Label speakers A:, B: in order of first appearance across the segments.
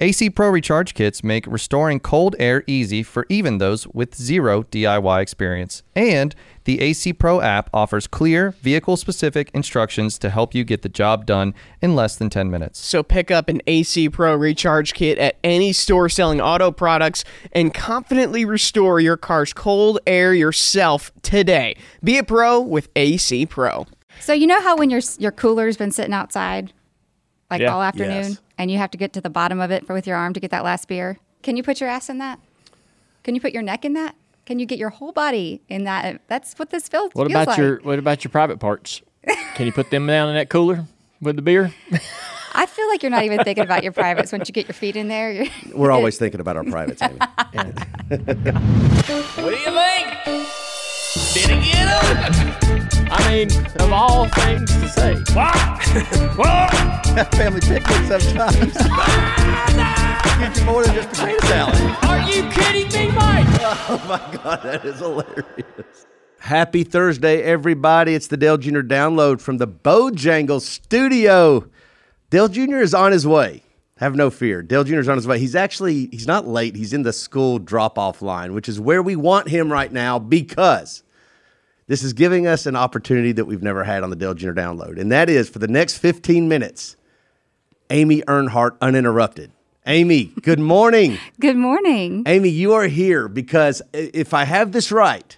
A: AC Pro recharge kits make restoring cold air easy for even those with zero DIY experience. And the AC Pro app offers clear, vehicle specific instructions to help you get the job done in less than 10 minutes.
B: So pick up an AC Pro recharge kit at any store selling auto products and confidently restore your car's cold air yourself today. Be a pro with AC Pro.
C: So you know how when your your cooler's been sitting outside like
D: Yeah.
C: all afternoon
D: Yes.
C: and you have to get to the bottom of it for, with your arm to get that last beer? Can you put your ass in that? Can you put your neck in that? Can you get your whole body in that? That's what this feels,
D: What
C: feels
D: about
C: like.
D: your What about your private parts? Can you put them down in that cooler with the beer?
C: I feel like you're not even thinking about your privates once you get your feet in there. You're,
E: We're always thinking about our privates. Amy.
F: What do you think? Did it get him?
D: I mean, of all things to say,
F: What? What?
E: Family picnic sometimes. Get you more than just potato salad.
F: Are you kidding me, Mike?
E: God, that is hilarious. Happy Thursday, everybody. It's the Dale Jr. download from the Bojangles studio. Dale Jr. is on his way. Have no fear. Dale Jr. is on his way. He's actually, he's not late. He's in the school drop off line, which is where we want him right now because this is giving us an opportunity that we've never had on the Dale Jr. download. And that is for the next 15 minutes, Amy Earnhardt uninterrupted. Amy, good morning.
C: good morning.
E: Amy, you are here because i- if I have this right,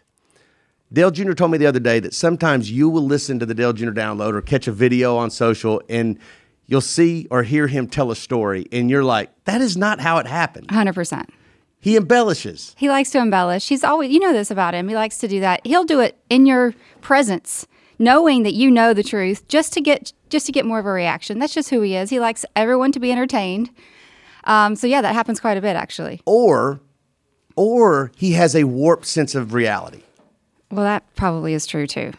E: Dale Jr. told me the other day that sometimes you will listen to the Dale Jr. download or catch a video on social and you'll see or hear him tell a story and you're like, that is not how it happened.
C: 100%.
E: He embellishes.
C: He likes to embellish. He's always, you know this about him. He likes to do that. He'll do it in your presence, knowing that you know the truth, just to get just to get more of a reaction. That's just who he is. He likes everyone to be entertained. Um, so yeah, that happens quite a bit actually.
E: Or or he has a warped sense of reality.
C: Well, that probably is true too.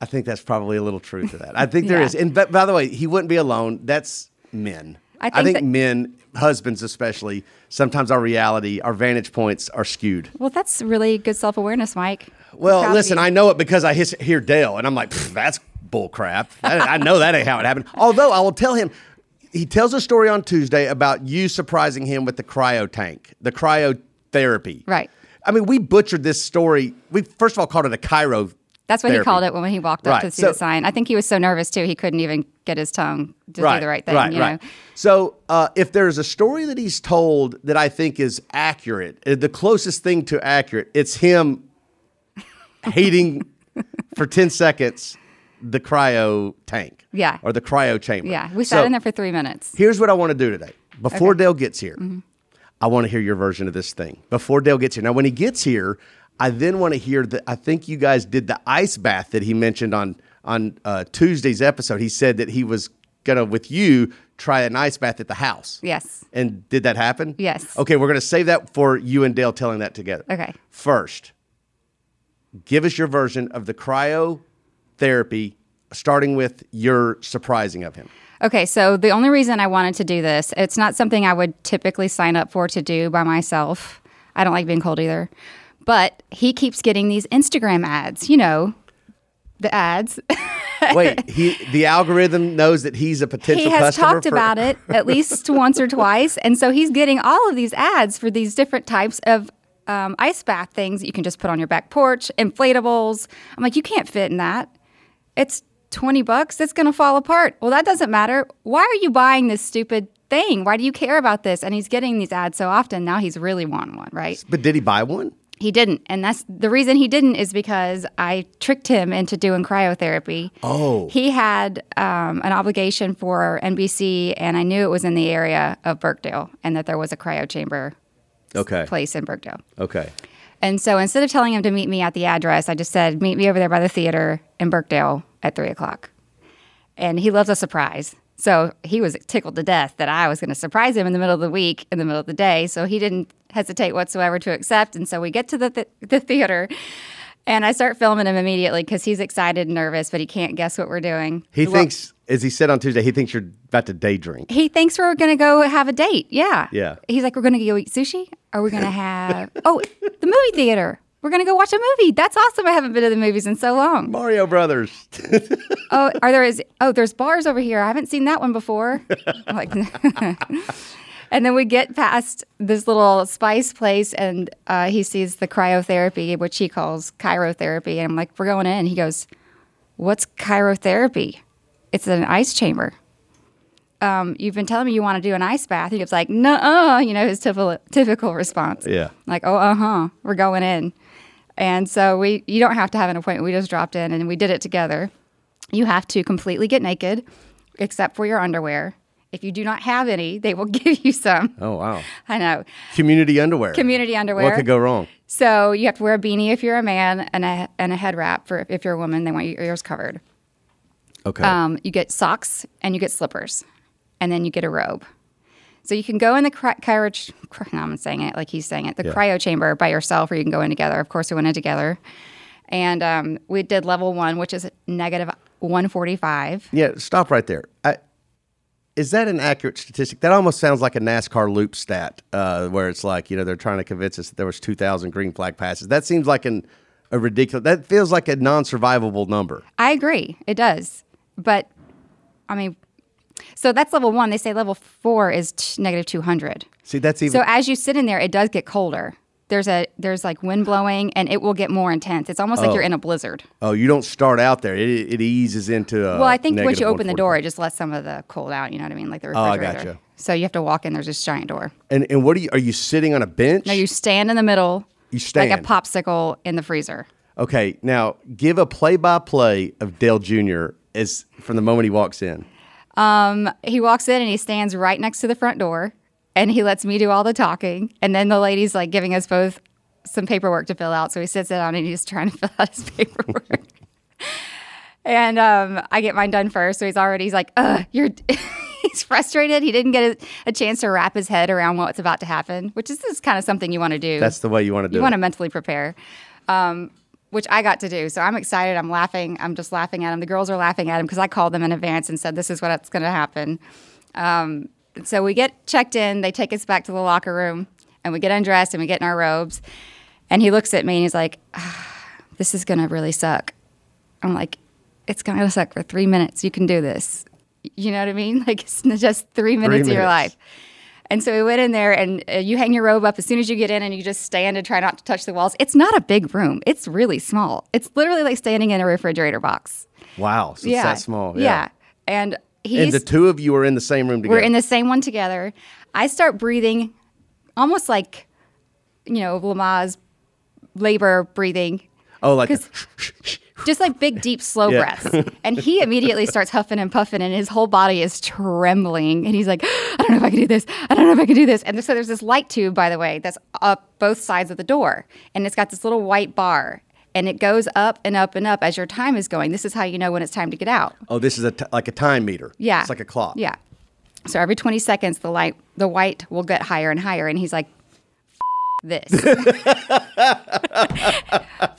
E: I think that's probably a little truth to that. I think there
C: Yeah.
E: is. And b- by the way, he wouldn't be alone. That's men.
C: I
E: I
C: think
E: think,
C: that-
E: men, husbands especially, sometimes our reality, our vantage points are skewed.
C: Well, that's really good self awareness, Mike. I'm proud
E: Well,
C: of
E: listen,
C: you.
E: I know it because I his, hear Dale, and I'm like, "Pfft, that's bull crap. That- I know that ain't how it happened. Although I will tell him, he tells a story on Tuesday about you surprising him with the cryo tank, the cryotherapy.
C: Right.
E: I mean, we butchered this story. We first of all called it a Cairo.
C: That's what he
E: therapy.
C: called it when he walked up
E: Right,
C: to see
E: so-
C: the sign. I think he was so nervous too, he couldn't even get his tongue to do the right thing.
E: Right,
C: you
E: right.
C: know?
E: So, uh, if there's a story that he's told that I think is accurate, uh, the closest thing to accurate, it's him hating for 10 seconds the cryo tank.
C: Yeah.
E: Or the cryo chamber.
C: Yeah, we sat
E: So,
C: in there for three minutes.
E: Here's what I want to do today. Before Dale gets here,
C: Mm-hmm.
E: I want to hear your version of this thing. Before Dale gets here. Now, when he gets here, I then want to hear that I think you guys did the ice bath that he mentioned on on uh, Tuesday's episode. He said that he was gonna with you try an ice bath at the house.
C: Yes.
E: And did that happen?
C: Yes.
E: Okay, we're gonna save that for you and Dale telling that together.
C: Okay.
E: First, give us your version of the cryotherapy, starting with your surprising of him.
C: Okay, so the only reason I wanted to do this, it's not something I would typically sign up for to do by myself. I don't like being cold either. But he keeps getting these Instagram ads, you know, the ads.
E: Wait, he the algorithm knows that he's a potential.
C: he has
E: customer
C: talked
E: for-
C: about it at least once or twice. And so he's getting all of these ads for these different types of um, ice bath things that you can just put on your back porch, inflatables. I'm like, you can't fit in that. It's 20 bucks. It's going to fall apart. Well, that doesn't matter. Why are you buying this stupid thing? Why do you care about this? And he's getting these ads so often. Now he's really wanting one, right?
E: But did he buy one?
C: He didn't. And that's the reason he didn't is because I tricked him into doing cryotherapy. Oh. He had um, an obligation for NBC, and I knew it was in the area of Burkdale and that there was a cryo chamber
E: Okay.
C: place in Burkdale.
E: Okay.
C: And so instead of telling him to meet me at the address, I just said, meet me over there by the theater in Burkdale at three o'clock. and he loves a surprise. So he was tickled to death that I was going to surprise him in the middle of the week, in the middle of the day. So he didn't hesitate whatsoever to accept. And so we get to the, th- the theater, and I start filming him immediately because he's excited and nervous, but he can't guess what we're doing.
E: He
C: Well,
E: thinks, as he said on Tuesday, he thinks you're about to day drink.
C: he thinks we're going to go have a date. Yeah.
E: Yeah.
C: He's like, we're going to go eat sushi. Are we going to have, oh, the movie theater. We're going to go watch a movie. That's awesome. I haven't been to the movies in so long.
E: Mario Brothers.
C: oh, are there is oh, there's bars over here. I haven't seen that one before. I'm like, and then we get past this little spice place, and uh, he sees the cryotherapy, which he calls chirotherapy, and I'm like, we're going in. He goes, "What's chirotherapy? It's an ice chamber." Um, you've been telling me you want to do an ice bath. He was like, "No, you know his typical typical response.
E: Yeah.
C: like, "Oh, uh huh, we're going in." And so we, you don't have to have an appointment. We just dropped in and we did it together. You have to completely get naked, except for your underwear. If you do not have any, they will give you some.
E: Oh, wow.
C: I know.
E: Community underwear.
C: Community underwear.
E: What could go wrong?
C: So you have to wear a beanie if you're a man and a, and a head wrap for if you're a woman. They want your ears covered.
E: Okay.
C: Um, you get socks and you get slippers, and then you get a robe. So you can go in the cry- cryo. ch- cry- no, I'm saying it like he's saying it. The cryo chamber by yourself, or you can go in together. Of course, we went in together, and um, we did level one, which is negative 145.
E: yeah, stop right there. I, is that an accurate statistic? That almost sounds like a NASCAR loop stat uh, where it's like, you know, they're trying to convince us that there was 2,000 green flag passes. That seems like an, a ridiculous, that feels like a non-survivable number.
C: I agree. It does. But I mean, so that's level one. They say level four is t- negative 200.
E: See, that's even,
C: So as you sit in there, it does get colder. There's a there's like wind blowing and it will get more intense. It's almost like you're in a blizzard.
E: oh, you don't start out there. It, it eases into a
C: Well, I think once
E: Oh, negative
C: you open the door,
E: 145.
C: it just lets some of the cold out. You know what I mean, like the
E: I
C: refrigerator.
E: gotcha.
C: So you have to walk in. There's this giant door.
E: And, and what are you, are you sitting on a bench?
C: No, you stand in the middle.
E: You
C: like a
E: stand.
C: popsicle in the freezer.
E: Okay, now give a play-by-play of Dale Jr. as from the moment he walks in.
C: He walks in and he stands right next to the front door, and he lets me do all the talking. And then the lady's like giving us both some paperwork to fill out. So he sits down and he's trying to fill out his paperwork. and um, I get mine done first. So he's already he's like, "Ugh, you're." he's frustrated. He didn't get a, a chance to wrap his head around what's about to happen, which is, is kind of something you want to do.
E: That's the way you want to do
C: you
E: it.
C: want to mentally prepare um, which i got to do so i'm excited i'm laughing i'm just laughing at him the girls are laughing at him because i called them in advance and said this is what's going to happen um, so we get checked in they take us back to the locker room and we get undressed and we get in our robes and he looks at me and he's like "Ah, this is going to really suck i'm like it's going to suck for three minutes you can do this you know what i mean like it's just three minutes of your
E: minutes.
C: life and so we went in there, and uh, you hang your robe up as soon as you get in, and you just stand and try not to touch the walls. It's not a big room; it's really small. It's literally like standing in a refrigerator box.
E: wow, so it's that small. Yeah.
C: And
E: And
C: he's
E: the two of you are in the same room together.
C: we're in the same one together. I start breathing, almost like, you know, Lama's labor breathing,
E: oh, like
C: 'cause- just like big, deep, slow
E: Yeah.
C: breaths. And he immediately starts huffing and puffing, and his whole body is trembling. And he's like, I don't know if I can do this. I don't know if I can do this. And so there's this light tube, by the way, that's up both sides of the door, and it's got this little white bar. And it goes up and up and up as your time is going. This is how you know when it's time to get out.
E: oh, this is a t- like a time meter.
C: Yeah.
E: it's like a clock.
C: Yeah. So every 20 seconds, the light, the white will get higher and higher. And he's like, "F- this. F-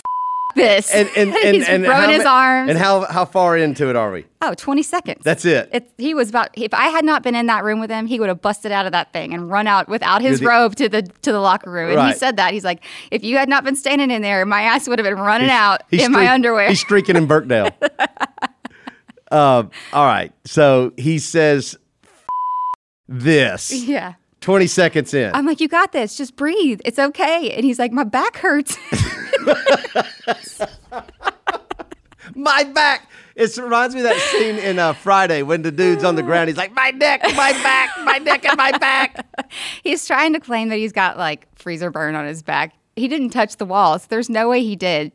C: this.
E: And and and,
C: he's
E: and
C: throwing
E: how
C: his
E: ma-
C: arms.
E: And how how far into it are we?
C: oh, 20 seconds.
E: That's it.
C: It's he was about, if I had not been in that room with him, he would have busted out of that thing and run out without his
E: You're the-
C: robe to the to the locker room. And he
E: Right.
C: said that. He's like, if you had not been standing in there, my ass would have been running out in
E: He's
C: my
E: streak-
C: underwear.
E: He's streaking in Burkdale. um, all right, so he says "F- this
C: yeah.
E: twenty seconds in.
C: I'm like, you got this. Just breathe. It's okay. And he's like, my back hurts.
E: my back. It reminds me of that scene in uh, Friday when the dude's on the ground. He's like, my neck, my back, my neck, and my back.
C: He's trying to claim that he's got like freezer burn on his back. He didn't touch the walls. There's no way he did.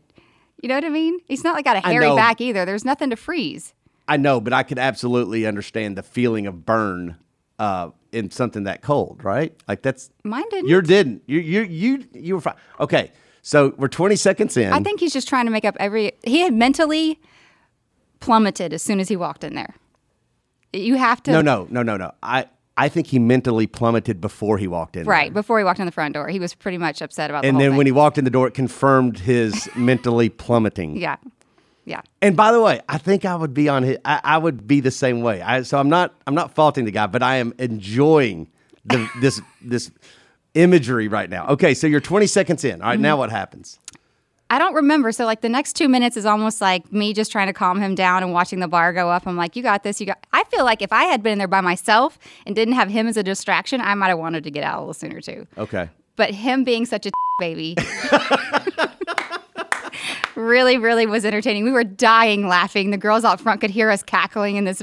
C: You know what I mean? He's not like got a
E: I
C: hairy
E: know.
C: back either. There's nothing to freeze.
E: I know, but I could absolutely understand the feeling of burn uh, in something that cold, right? Like that's
C: Mine didn't.
E: You didn't. You you you you were fine. Okay, so we're twenty seconds in.
C: I think he's just trying to make up every. He had mentally plummeted as soon as he walked in there. You have to.
E: No, no, no, no, no. I I think he mentally plummeted before he walked in.
C: Right
E: there.
C: before he walked in the front door, he was pretty much upset about. the
E: And
C: whole
E: then when he
C: thing.
E: walked in the door, it confirmed his mentally plummeting.
C: yeah, yeah,
E: And by the way, I think I would be on his. I, I would be the same way. I, so I'm not. I'm not faulting the guy, but I am enjoying the, this this imagery right now. Okay, so you're 20 seconds in. All right,
C: Mm-hmm.
E: now what happens?
C: I don't remember. So like the next two minutes is almost like me just trying to calm him down and watching the bar go up. I'm like, you got this. You got. I feel like if I had been in there by myself and didn't have him as a distraction, I might have wanted to get out a little sooner too.
E: Okay.
C: But him being such a baby. Really, really was entertaining. We were dying laughing. The girls out front could hear us cackling in this,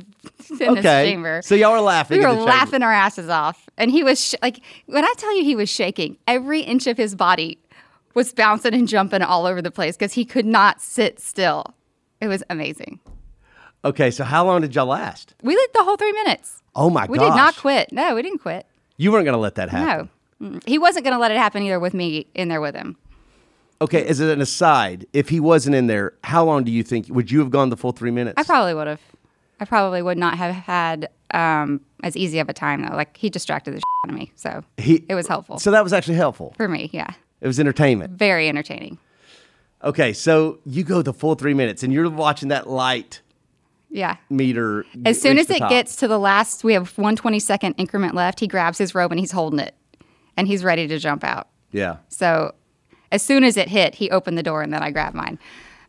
C: in this
E: okay.
C: chamber.
E: So y'all are laughing.
C: We
E: in
C: were
E: the chamber.
C: laughing our asses off. And he was sh- like, when I tell you he was shaking, every inch of his body was bouncing and jumping all over the place because he could not sit still. It was amazing.
E: Okay, so how long did y'all last?
C: We lit the whole three minutes.
E: Oh my god.
C: We did not quit. No, we didn't quit.
E: You weren't going to let that happen.
C: No. Mm. He wasn't going to let it happen either with me in there with him.
E: Okay, as an aside, if he wasn't in there, how long do you think would you have gone the full three minutes?
C: I probably would have. I probably would not have had um, as easy of a time though. Like he distracted the shit out of me. So
E: He-
C: it was helpful
E: so that was actually helpful.
C: for me. Yeah.
E: It was entertainment.
C: Very entertaining.
E: Okay, so you go the full three minutes, and you're watching that light
C: Yeah.
E: meter.
C: As soon
E: Mm, reach
C: as
E: the
C: it
E: top.
C: gets to the last, we have one twenty second increment left. He grabs his robe and he's holding it, and he's ready to jump out.
E: yeah.
C: So, as soon as it hit, he opened the door and then I grabbed mine.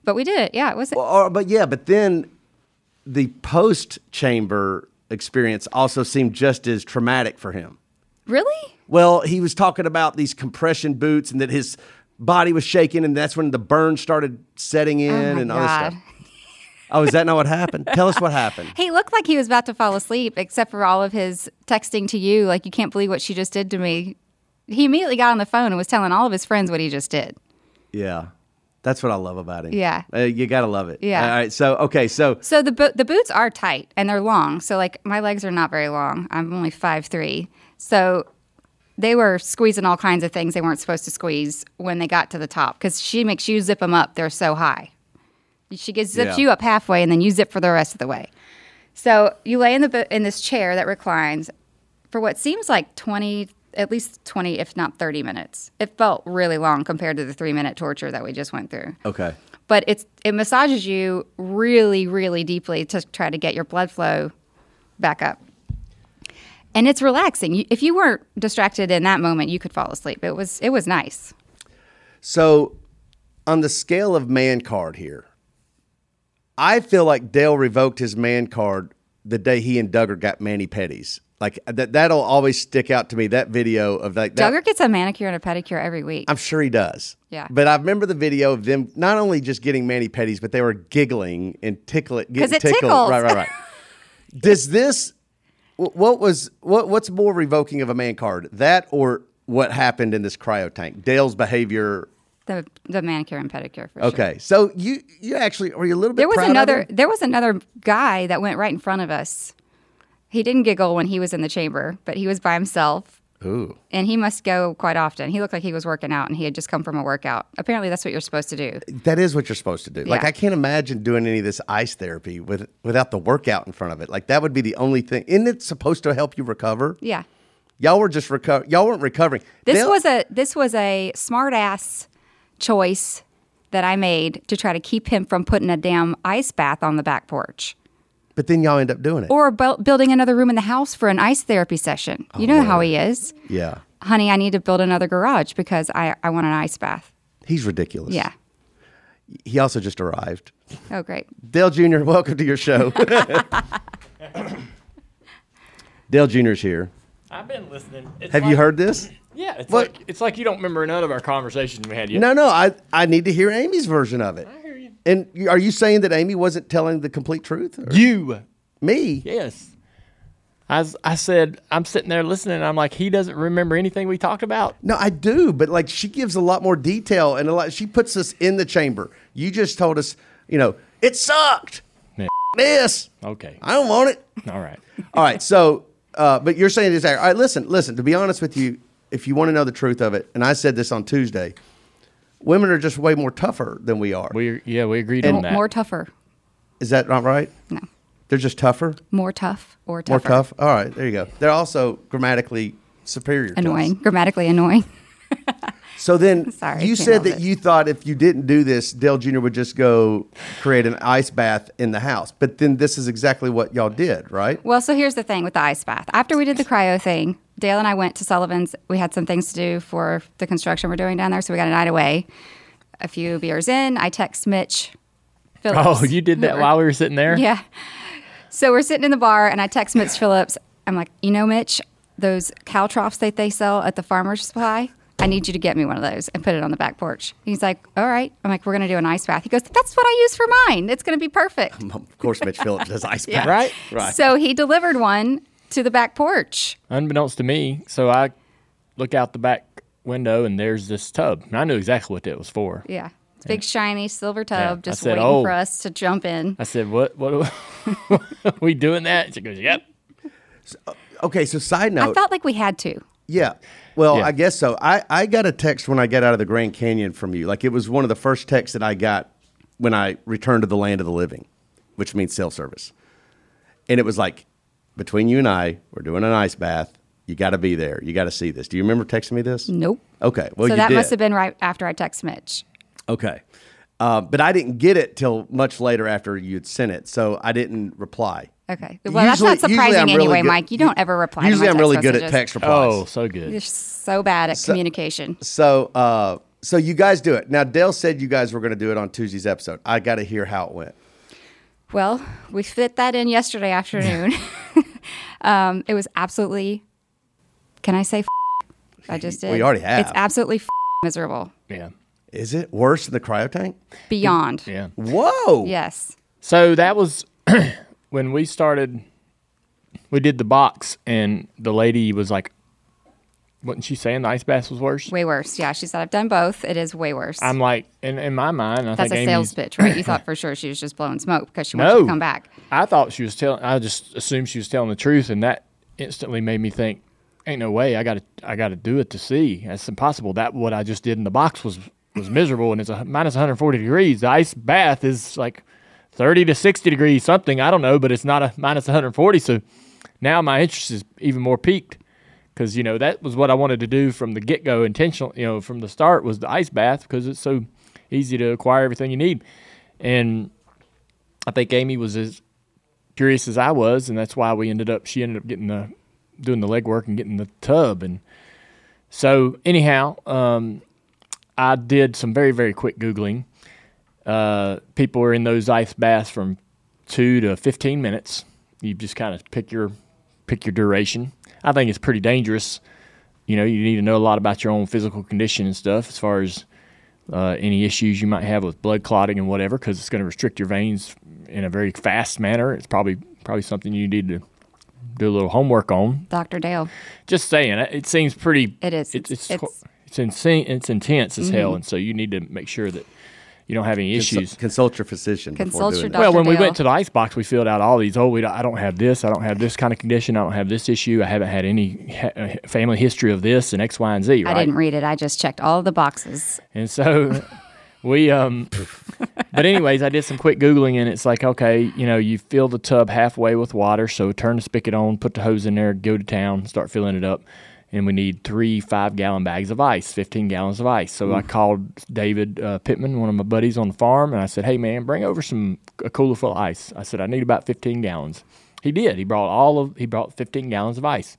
C: But we did it. Yeah, it was.
E: Or, but yeah, but then the post chamber experience also seemed just as traumatic for him.
C: really?
E: Well, he was talking about these compression boots and that his body was shaking, and that's when the burn started setting in
C: my
E: and all this
C: God.
E: stuff. Oh, is that not what happened? Tell us what happened.
C: He looked like he was about to fall asleep, except for all of his texting to you. Like you can't believe what she just did to me. He immediately got on the phone and was telling all of his friends what he just did.
E: Yeah. That's what I love about him.
C: Yeah.
E: Uh, you got to love it.
C: Yeah.
E: All right. So, okay. So,
C: So the bo- the boots are tight and they're long. So like my legs are not very long. I'm only five three. So they were squeezing all kinds of things they weren't supposed to squeeze when they got to the top because she makes you zip them up. They're so high. She gets zips
E: Yeah.
C: you up halfway and then you zip for the rest of the way. So you lay in the bo- in this chair that reclines for what seems like twenty, at least twenty, if not thirty minutes. It felt really long compared to the three minute torture that we just went through
E: okay.
C: but it's it massages you really really deeply to try to get your blood flow back up and it's relaxing you, if you weren't distracted in that moment you could fall asleep it was it was nice
E: So, on the scale of man card here, I feel like Dale revoked his man card the day he and Duggar got Manny Petties. Like that, that'll always stick out to me. That video of like that,
C: Duggar gets a manicure and a pedicure every week
E: I'm sure he does.
C: Yeah.
E: But I remember the video of them not only just getting Manny Petties, but they were giggling and tickling. Because
C: it
E: tickled.
C: tickles.
E: Right, right, right. Does this, wh- what was, what what's more revoking of a man card? That or what happened in this cryo tank? Dale's behavior.
C: the the manicure and pedicure for sure
E: Okay. So you, you actually, are you a little bit
C: there was
E: proud of
C: another
E: him?
C: there was another guy that went right in front of us he didn't giggle when he was in the chamber but he was by himself
E: Ooh.
C: and he must go quite often he looked like he was working out and he had just come from a workout apparently that's what you're supposed to do
E: That is what you're supposed to do. Like
C: Yeah.
E: I can't imagine doing any of this ice therapy with without the workout in front of it. Like that would be the only thing. Isn't it supposed to help you recover?
C: yeah
E: Y'all were just recover. Y'all weren't recovering.
C: This
E: Dale-
C: was a this was a smart ass choice that I made to try to keep him from putting a damn ice bath on the back porch
E: But then y'all end up doing it.
C: or bu- building another room in the house for an ice therapy session.
E: Oh,
C: You know how he is.
E: yeah.
C: Honey, I need to build another garage because I, I want an ice bath.
E: He's ridiculous.
C: Yeah.
E: He also just arrived.
C: Oh, great.
E: Dale Jr., welcome to your show. Dale Jr. is here.
D: I've been listening. It's
E: Have you
D: like-
E: heard this?
D: Yeah, it's
E: What?
D: like it's like you don't remember none of our conversations we had yet.
E: No, no. I, I need to hear Amy's version of it. I hear you. And you- are you saying that Amy wasn't telling the complete truth? Or-
D: You.
E: me?
D: Yes. I, s- I said I'm sitting there listening. And I'm like he doesn't remember anything we talked about.
E: No, I do, but like she gives a lot more detail and a lot. She puts us in the chamber. You just told us, you know, it sucked.
D: Man.
E: This.
D: Okay.
E: I don't want it.
D: All right.
E: All right. So, uh, but you're saying this. All right. Listen, listen. To be honest with you, if you want to know the truth of it, and I said this on Tuesday, women are just way more tougher than we are.
D: We yeah we agreed on
C: More,
D: that.
C: more tougher.
E: Is that not right?
C: No.
E: They're just tougher,
C: More tough or tougher.
E: more tough. All right, there you go. They're also grammatically superior. to us.
C: Annoying. Grammatically annoying.
E: So then
C: Sorry,
E: you
C: can't
E: said
C: help
E: that
C: it.
E: you thought if you didn't do this, Dale Jr. would just go create an ice bath in the house. But then this is exactly what y'all did, right?
C: Well, so here's the thing with the ice bath. After we did the cryo thing, Dale and I went to Sullivan's. We had some things to do for the construction we're doing down there, so we got a night away. A few beers in, I text Mitch Phillips.
D: Oh, you did that
C: Remember?
D: while we were sitting there?
C: Yeah. So we're sitting in the bar, and I text Mitch Phillips. I'm like, you know, Mitch, those cow troughs that they sell at the farmer's supply, I need you to get me one of those and put it on the back porch. He's like, all right. I'm like, we're going to do an ice bath. He goes, that's what I use for mine. It's going to be perfect.
E: Of course, Mitch Phillips does ice bath.
D: Right?
C: So he delivered one to the back porch.
D: Unbeknownst to me, so I look out the back window and there's this tub. And I knew exactly what it was for.
C: Yeah. It's a big, shiny silver
D: Yeah.
C: tub
D: I
C: just
D: said,
C: waiting
D: "Oh."
C: for us to jump in.
D: I said, What what are we doing that? She goes, Yep.
E: Okay, so side
C: I
E: note.
C: felt like we had to.
E: yeah. Well,
D: Yeah.
E: I guess so. I, I got a text when I got out of the Grand Canyon from you. Like it was one of the first texts that I got when I returned to the land of the living, which means cell service. And it was like, between you and I, we're doing an ice bath. You got to be there. You got to see this. Do you remember texting me this?
C: Nope.
E: Okay. Well,
C: Oh, so
E: you
C: that
E: did.
C: must have been right after I text Mitch.
E: Okay. Uh, but I didn't get it till much later after you'd sent it, so I didn't reply.
C: Okay. Well, that's not
E: usually
C: surprising
E: I'm really
C: anyway,
E: good-
C: Mike. You don't ever reply to
E: Usually,
C: my
E: I'm
C: text
E: really good at
C: messages.
E: text replies.
D: Oh, so good.
C: You're so bad at communication.
E: So, uh, so you guys do it now. Dale said you guys were going to do it on Tuesday's episode. I got to hear how it went.
C: Well, we fit that in yesterday afternoon. um, it was absolutely. Can I say? F-? I just did.
E: We already have.
C: It's absolutely f- miserable.
D: Yeah.
E: Is it worse than the cryo tank?
C: Beyond.
D: Yeah.
E: Whoa!
C: Yes.
D: So that was when we started. We did the box, and the lady was like, "Wasn't she saying the ice bath was worse?"
C: Way worse. Yeah. She said I've done both. It is way worse.
D: I'm like, in, in my mind, I
C: That's
D: think
C: a sales
D: Amy's-
C: pitch, right? You thought for sure she was just blowing smoke because she wants you
D: No,
C: to come back.
D: I thought she was telling. I just assumed she was telling the truth, and that instantly made me think, "Ain't no way. I got to. I got to do it to see. That's impossible. That what I just did in the box was was miserable, and it's a, minus 140 degrees. The ice bath is like 30 to 60 degrees, something. I don't know, but it's not a minus 140. So now my interest is even more peaked because you know that was what I wanted to do from the get go. Intentional, you know, from the start was the ice bath because it's so easy to acquire everything you need, and I think Amy was as curious as I was, and that's why we ended up. She ended up getting the doing the legwork and getting the tub, and so anyhow, um, I did some very very quick googling. Uh, people are in those ice baths from two to fifteen minutes. You just kind of pick your pick your duration. I think it's pretty dangerous. You know, you need to know a lot about your own physical condition and stuff as far as uh, any issues you might have with blood clotting and whatever, because it's going to restrict your veins in a very fast manner. It's probably probably something you need to do a little homework on.
C: Dr. Dale.
D: Just saying, it it seems pretty.
C: It is.
D: It's it's
C: It's- Mm-hmm. it's-
D: it's, insane. It's intense as hell, and so you need to make sure that you don't have any issues.
E: Consult, consult your physician. before
C: Consult
E: doing
C: your
E: that.
C: doc-
D: Well, when we
C: Dale.
D: went to the ice box, we filled out all these. Oh, we don't, I don't have this. I don't have this kind of condition. I don't have this issue. I haven't had any ha- uh, family history of this and X, Y, and Z. Right.
C: I didn't read it. I just checked all the boxes.
D: And so we um but anyways, I did some quick googling and it's like, okay, you know, you fill the tub halfway with water, so turn the spigot on, put the hose in there, go to town, start filling it up. And we need three five gallon bags of ice, 15 gallons of ice. So I called David uh, Pittman, one of my buddies on the farm, and I said, Hey, man, bring over some a cooler full of ice. I said, I need about 15 gallons. He did. He brought all of, he brought 15 gallons of ice.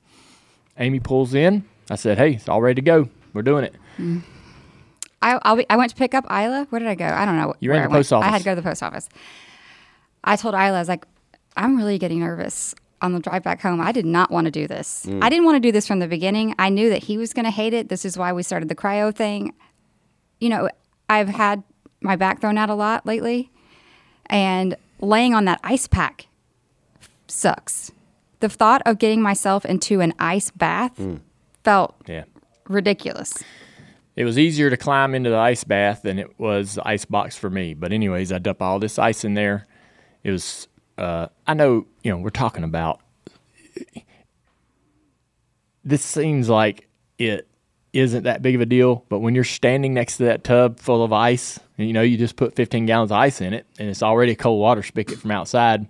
D: Amy pulls in. I said, Hey, it's all ready to go. We're doing it.
C: I, I'll be, I went to pick up Isla. Where did I go? I don't know.
D: You were in
C: where I
D: the
C: went.
D: post office.
C: I had to go to the post office. I told Isla, I was like, I'm really getting nervous on the drive back home. I did not want to do this.
D: Mm.
C: I didn't want to do this from the beginning. I knew that he was going to hate it. This is why we started the cryo thing. You know, I've had my back thrown out a lot lately, and laying on that ice pack sucks. The thought of getting myself into an ice bath
D: Mm.
C: felt
D: Yeah.
C: ridiculous.
D: It was easier to climb into the ice bath than it was the ice box for me. But anyways, I dump all this ice in there. It was uh, I know, you know, we're talking about this seems like it isn't that big of a deal, but when you're standing next to that tub full of ice, and you know, you just put 15 gallons of ice in it and it's already a cold water spigot from outside,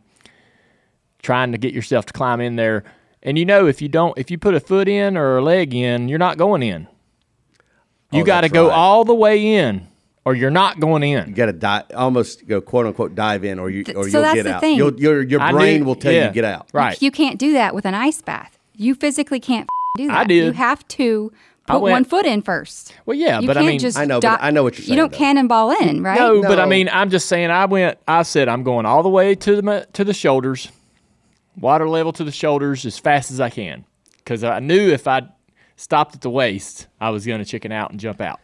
D: trying to get yourself to climb in there. And you know, if you don't, if you put a foot in or a leg in, you're not going in. You
E: Oh,
D: got to
E: that's
D: go
E: right.
D: all the way in, or you're not going in.
E: You got to die, almost go quote unquote dive in, or you or
C: so
E: you'll
C: that's
E: get
C: the
E: out.
C: thing.
E: You'll, your your
D: I
E: brain
D: knew-
E: will tell
D: yeah.
E: you get out.
D: Right.
C: You can't do that with an ice bath. You physically can't f- do that.
D: I did.
C: You have to
D: I
C: put
D: went-
C: one foot in first.
D: Well, yeah,
C: you
D: but I
C: can't
D: mean-
C: just
E: I know, but
C: di-
E: I know what you're
C: You
E: saying,
C: don't
E: though.
C: cannonball in, right?
D: No, but I
E: No.
D: mean, I'm just saying. I went. I said I'm going all the way to the ma- to the shoulders, water level to the shoulders, as fast as I can, because I knew if I stopped at the waist, I was going to chicken out and jump out.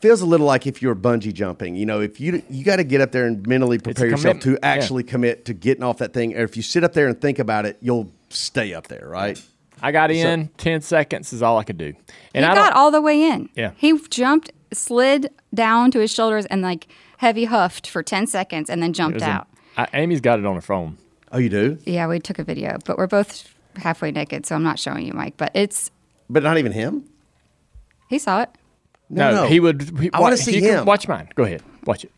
E: Feels a little like if you were bungee jumping. You know, if you you got to get up there and mentally prepare yourself to
D: commitment, yeah.
E: actually commit to getting off that thing. Or if you sit up there and think about it, you'll stay up there, right?
D: I got in. Ten seconds is all I could do,
C: he
D: and I
C: got
D: don't-
C: all the way in.
D: Yeah.
C: He jumped, slid down to his shoulders, and like heavy huffed for 10 seconds and then
D: it
C: jumped
D: was a-
C: out.
D: I- Amy's got it on her phone.
E: Oh, you do,
C: yeah, we took a video, but we're both halfway naked, so I'm not showing you, Mike, but it's,
E: but not even him.
C: he saw it.
D: No, he would. He,
E: I wanna
D: wa-
E: see
D: you could-
E: him.
D: watch mine. Go ahead, watch it.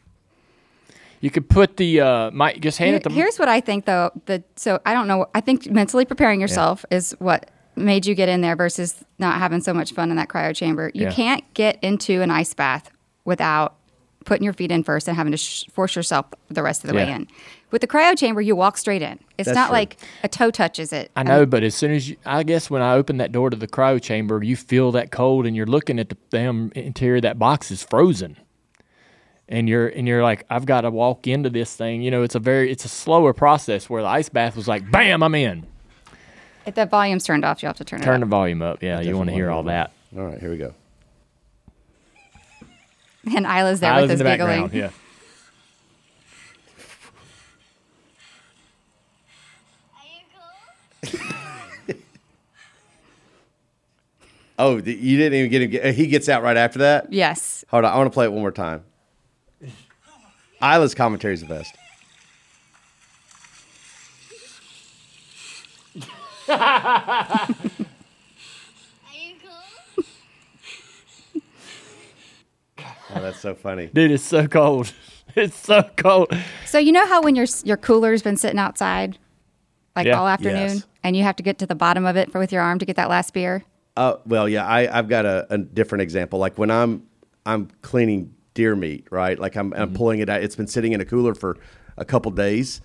D: You could put the uh, Mike. Just hand
C: Here-
D: it to
C: here's what I think, though. The, so I don't know. I think mentally preparing yourself is what made you get in there versus not having so much fun in that cryo chamber. You
D: Yeah.
C: can't get into an ice bath without putting your feet in first and having to sh- force yourself the rest of the way
D: Yeah.
C: in. With the cryo chamber, you walk straight in. It's
E: That's
C: not
E: true.
C: like a toe touches it.
D: I know, but as soon as you, I guess when I open that door to the cryo chamber, you feel that cold, and you're looking at the damn interior. of That box is frozen, and you're and you're like, I've got to walk into this thing. You know, it's a very it's a slower process where the ice bath was like, bam, I'm in.
C: If the volume's turned off, you'll have to turn it
D: Turn the
C: up.
D: volume up. Yeah, you want to hear all that.
E: All right, here we go.
C: And Isla's there
D: I
C: with
D: was in
C: his
D: the
C: giggling.
D: background. Yeah.
E: Oh, th- you didn't even get him. Get, he gets out right after that.
C: Yes.
E: Hold on, I want to play it one more time. Isla's commentary is the best. Oh, that's so funny.
D: Dude, it's so cold. It's so cold.
C: So you know how when your your cooler's been sitting outside like
D: Yeah.
C: all afternoon
E: Yes.
C: and you have to get to the bottom of it for, with your arm to get that last beer?
E: Uh, well, yeah, I, I've got a, a different example. Like when I'm I'm cleaning deer meat, right? Like I'm, I'm pulling it out. It's been sitting in a cooler for a couple days,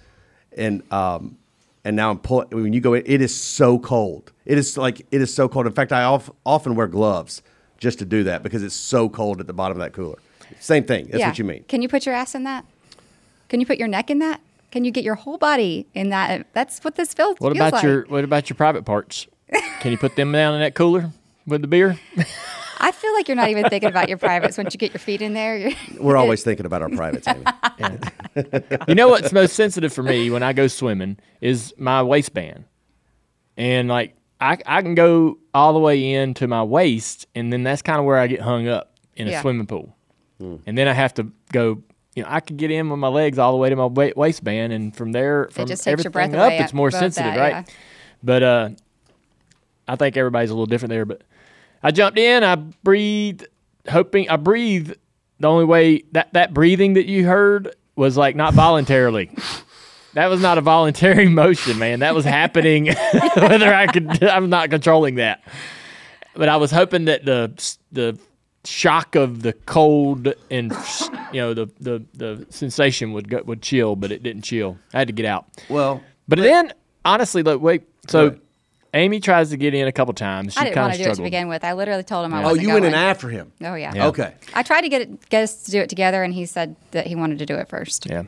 E: and um, and now I'm pulling. When you go in, it is so cold. It is like it is so cold. In fact, I of, often wear gloves just to do that because it's so cold at the bottom of that cooler. Same thing. That's what you mean.
C: Can you put your ass in that? Can you put your neck in that? Can you get your whole body in that? That's what this feels,
D: What
C: feels
D: about
C: like.
D: your What about your private parts? Can you put them down in that cooler with the beer?
C: I feel like you're not even thinking about your privates once you get your feet in there. You're,
E: We're always thinking about our privates. Amy.
D: you know what's most sensitive for me when I go swimming is my waistband. And like I I can go all the way in to my waist and then that's kind of where I get hung up in a
C: Yeah.
D: swimming pool. And then I have to go you know, I could get in with my legs all the way to my wa- waistband, and from there, from
C: just takes your
D: everything
C: breath
D: up,
C: away
D: it's more
C: above
D: sensitive,
C: that,
D: right?
C: yeah.
D: But uh, I think everybody's a little different there. But I jumped in. I breathed, hoping I breathed. The only way that that breathing that you heard was like not voluntarily. that was not a voluntary motion, man. That was happening. whether I could, I'm not controlling that. But I was hoping that the the shock of the cold and you know the the, the sensation would go, would chill, but it didn't chill. I had to get out.
E: well,
D: But then, honestly, look, wait. So, Amy tries to get in a couple times. She
C: I didn't
D: kinda
C: want to do it to
D: struggled.
C: begin with. I literally told him I
E: oh,
C: wasn't
E: you went in
C: going.
E: after him.
C: Oh yeah.
E: Okay.
C: I tried to get it, get us to do it together, and he said that he wanted to do it first.
D: Yeah,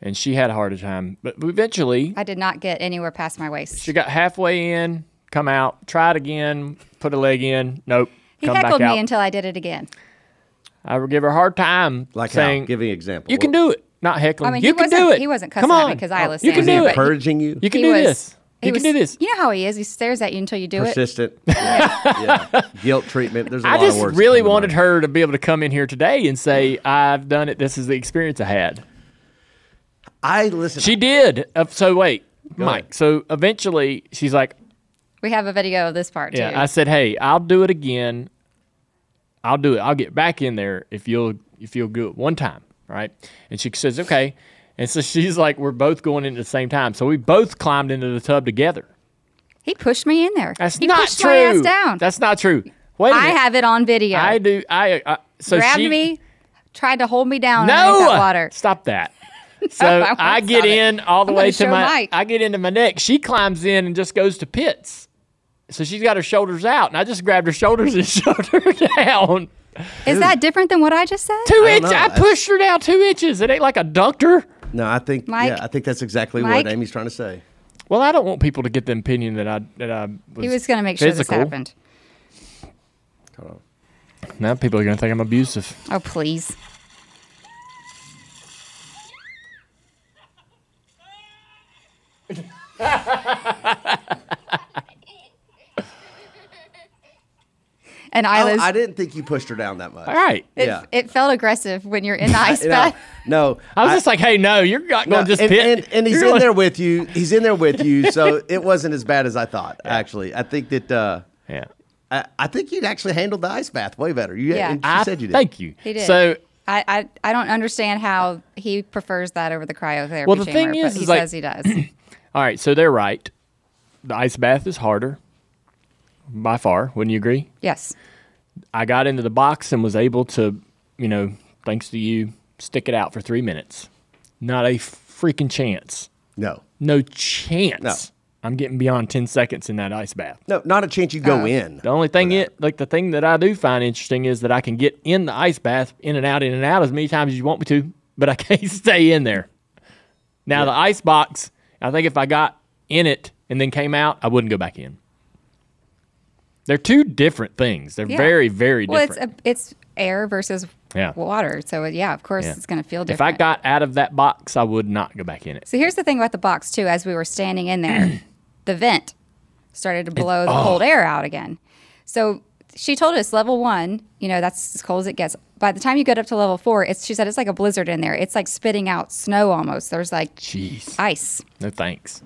D: and she had a harder time. But eventually,
C: I did not get anywhere past my waist.
D: she got halfway in, come out, tried again, put a leg in. Nope.
C: He
D: come back
C: heckled
D: out.
C: me until I did it again.
D: I would give her a hard time,
E: Like
D: saying,
E: how? Give me an example.
D: "You can do it." Not heckling.
C: I mean,
D: you
C: he
D: can
C: wasn't,
D: do it.
C: He wasn't
D: Come
C: cussing at
D: on.
C: me because I was
D: You can
C: standing
D: do
C: there,
D: it.
C: but he-
E: Encouraging you.
D: You can
C: he
D: do
C: was-
D: this.
C: he
D: You
C: was-
D: can do this.
C: You know how he is. He stares at you until you do it.
E: Persistent. yeah. Yeah. Guilt treatment. There's a
D: I
E: lot
D: just
E: of words. that
D: really
E: come to mind.
D: wanted her to be able to come in here today and say, "I've done it. This is the experience I had."
E: I listen.
D: She did. Uh, so wait, Mike.
E: ahead.
D: So eventually, she's like,
C: We have a video of this part too.
D: Yeah, I said, "Hey, I'll do it again. I'll do it. I'll get back in there if you'll if you'll do it one time, all right?" And she says, "Okay." And so she's like, we're both going in at the same time. So we both climbed into the tub together.
C: He pushed me in there.
D: That's
C: he
D: not
C: pushed
D: true.
C: my ass down.
D: That's not true. Wait a
C: I
D: minute.
C: have it on video.
D: I do. I, I so
C: Grabbed
D: she,
C: me, tried to hold me down
D: No,
C: underneath that water.
D: stop that. So
C: I won't
D: I, get
C: stop it.
D: in all the
C: I'm
D: way
C: gonna
D: to
C: show
D: my.
C: Mike.
D: I get into my neck. She climbs in and just goes to pits. So she's got her shoulders out, and I just grabbed her shoulders and shoved her down
C: Is that different than what I just said?
D: two inches.
E: know.
D: I pushed her down two inches. It ain't like I dunked her.
E: No, I think
C: Mike?
E: yeah, I think that's exactly
C: Mike?
E: what Amy's trying to say.
D: Well, I don't want people to get the opinion that I that I was.
C: He was going to make sure
D: physical.
C: this happened.
D: Now people are gonna think I'm abusive.
C: Oh, please. and I
E: Oh,
C: was.
E: I didn't think you pushed her down that much.
D: All right.
C: it,
E: yeah.
C: it felt aggressive when you're in the ice
E: No,
C: bath.
E: no,
D: I was just like, hey, no, you're not
E: No,
D: gonna just
E: and,
D: pit.
E: and, and he's
D: You're
E: in
D: like-
E: there with you. He's in there with you. So it wasn't as bad as I thought. Actually, I think that uh,
D: Yeah.
E: I, I think you'd actually handled the ice bath way better. You
C: Yeah.
E: and she
D: I
E: said you did.
D: Thank you.
C: He did.
D: So
C: I, I, I don't understand how he prefers that over the cryotherapy
D: Well, the
C: chamber,
D: thing is,
C: but he
D: is like-
C: says he does.
D: All right, so they're right. The ice bath is harder by far. Wouldn't you agree?
C: yes.
D: I got into the box and was able to, you know, thanks to you, stick it out for three minutes. Not a freaking chance.
E: No,
D: No chance.
E: No.
D: I'm getting beyond 10 seconds in that ice bath.
E: no, not a chance you
C: Oh.
E: go in.
D: The only thing
C: uh,
D: it like the thing that I do find interesting is that I can get in the ice bath in and out in and out as many times as you want me to, but I can't stay in there. Now the ice box, I think if I got in it and then came out, I wouldn't go back in. They're two different things. They're
C: Yeah.
D: very, very
C: Well, it's,
D: different.
C: a, it's air versus
D: Yeah.
C: water. So, uh, yeah, of course,
D: Yeah.
C: it's going to feel
D: if I
C: different.
D: got out of that box, I would not go back in it.
C: So here's the thing about the box too. As we were standing in there, the vent started to blow
D: oh.
C: the cold air out again. So she told us level one, you know, that's as cold as it gets. By the time you get up to level four, it's she said it's like a blizzard in there. It's like spitting out snow almost. There's like
D: Jeez.
C: ice,
D: No thanks.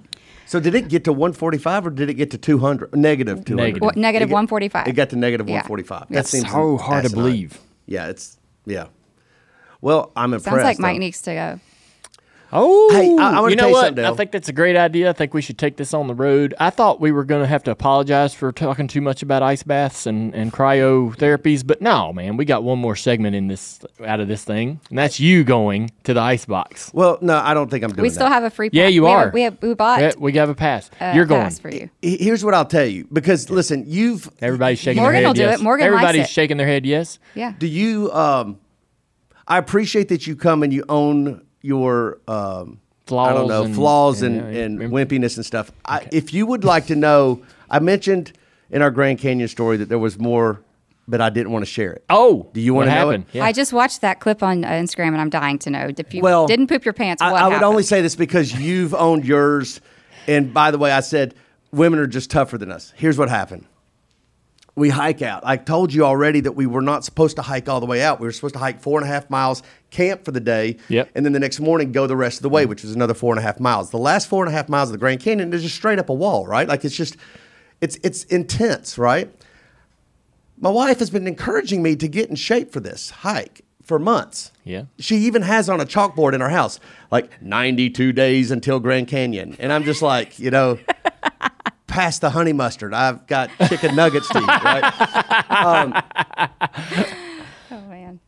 E: So did it get to 145 or did it get to 200? Negative 200.
D: Negative.
C: what, negative
E: It got-
C: 145.
E: It got to negative
C: Yeah.
E: 145.
C: Yeah.
E: That seems
D: So hard to
E: asinine.
D: believe.
E: Yeah, it's yeah. Well, I'm impressed.
C: Sounds like
E: though.
C: Mike needs to go.
D: Oh,
E: Hey, I- I wanna
D: you know
E: tell you
D: what?
E: something, Dale.
D: I think that's a great idea. I think we should take this on the road. I thought we were going to have to apologize for talking too much about ice baths and, and cryotherapies, but no, man, we got one more segment in this out of this thing, and that's you going to the ice box.
E: Well, no, I don't think I'm doing
C: We still
E: that.
C: have a free.
D: Yeah,
C: pass.
D: you
C: we
D: are.
C: Have, we have we bought.
D: Yeah, we have a pass.
C: uh,
D: You're going.
C: pass for you.
E: He- Here's what I'll tell you because listen, you've
D: Everybody's shaking
C: Morgan
D: their head.
C: will do
D: yes.
C: it. Morgan likes
D: Everybody's
C: it.
D: shaking their head. Yes.
C: Yeah.
E: do you um I appreciate that you come and you own your um I don't
D: Flaws
E: know
D: and-
E: flaws and,
D: and, uh, yeah,
E: and,
D: and-
E: wimpiness and stuff. I, if you would like to know, I mentioned in our Grand Canyon story that there was more, but I didn't want to share it.
D: Oh,
E: Do you
D: what
E: wanna know it?
D: happened? Yeah.
C: I just watched that clip on uh, Instagram and I'm dying to know. If you
E: Well,
C: didn't poop your pants,
E: I,
C: what
E: I would only
C: happened?
E: say this because you've owned yours. And by the way, I said women are just tougher than us. Here's what happened. We hike out. I told you already that we were not supposed to hike all the way out. We were supposed to hike four and a half miles, camp for the day,
D: Yep.
E: and then the next morning go the rest of the way, which was another four and a half miles. The last four and a half miles of the Grand Canyon is just straight up a wall, right? Like it's just, it's it's intense, right? My wife has been encouraging me to get in shape for this hike for months.
D: Yeah.
E: She even has on a chalkboard in her house, like 92 days until Grand Canyon. And I'm just like, you know, past the honey mustard. I've got chicken nuggets to eat, right?
C: oh man.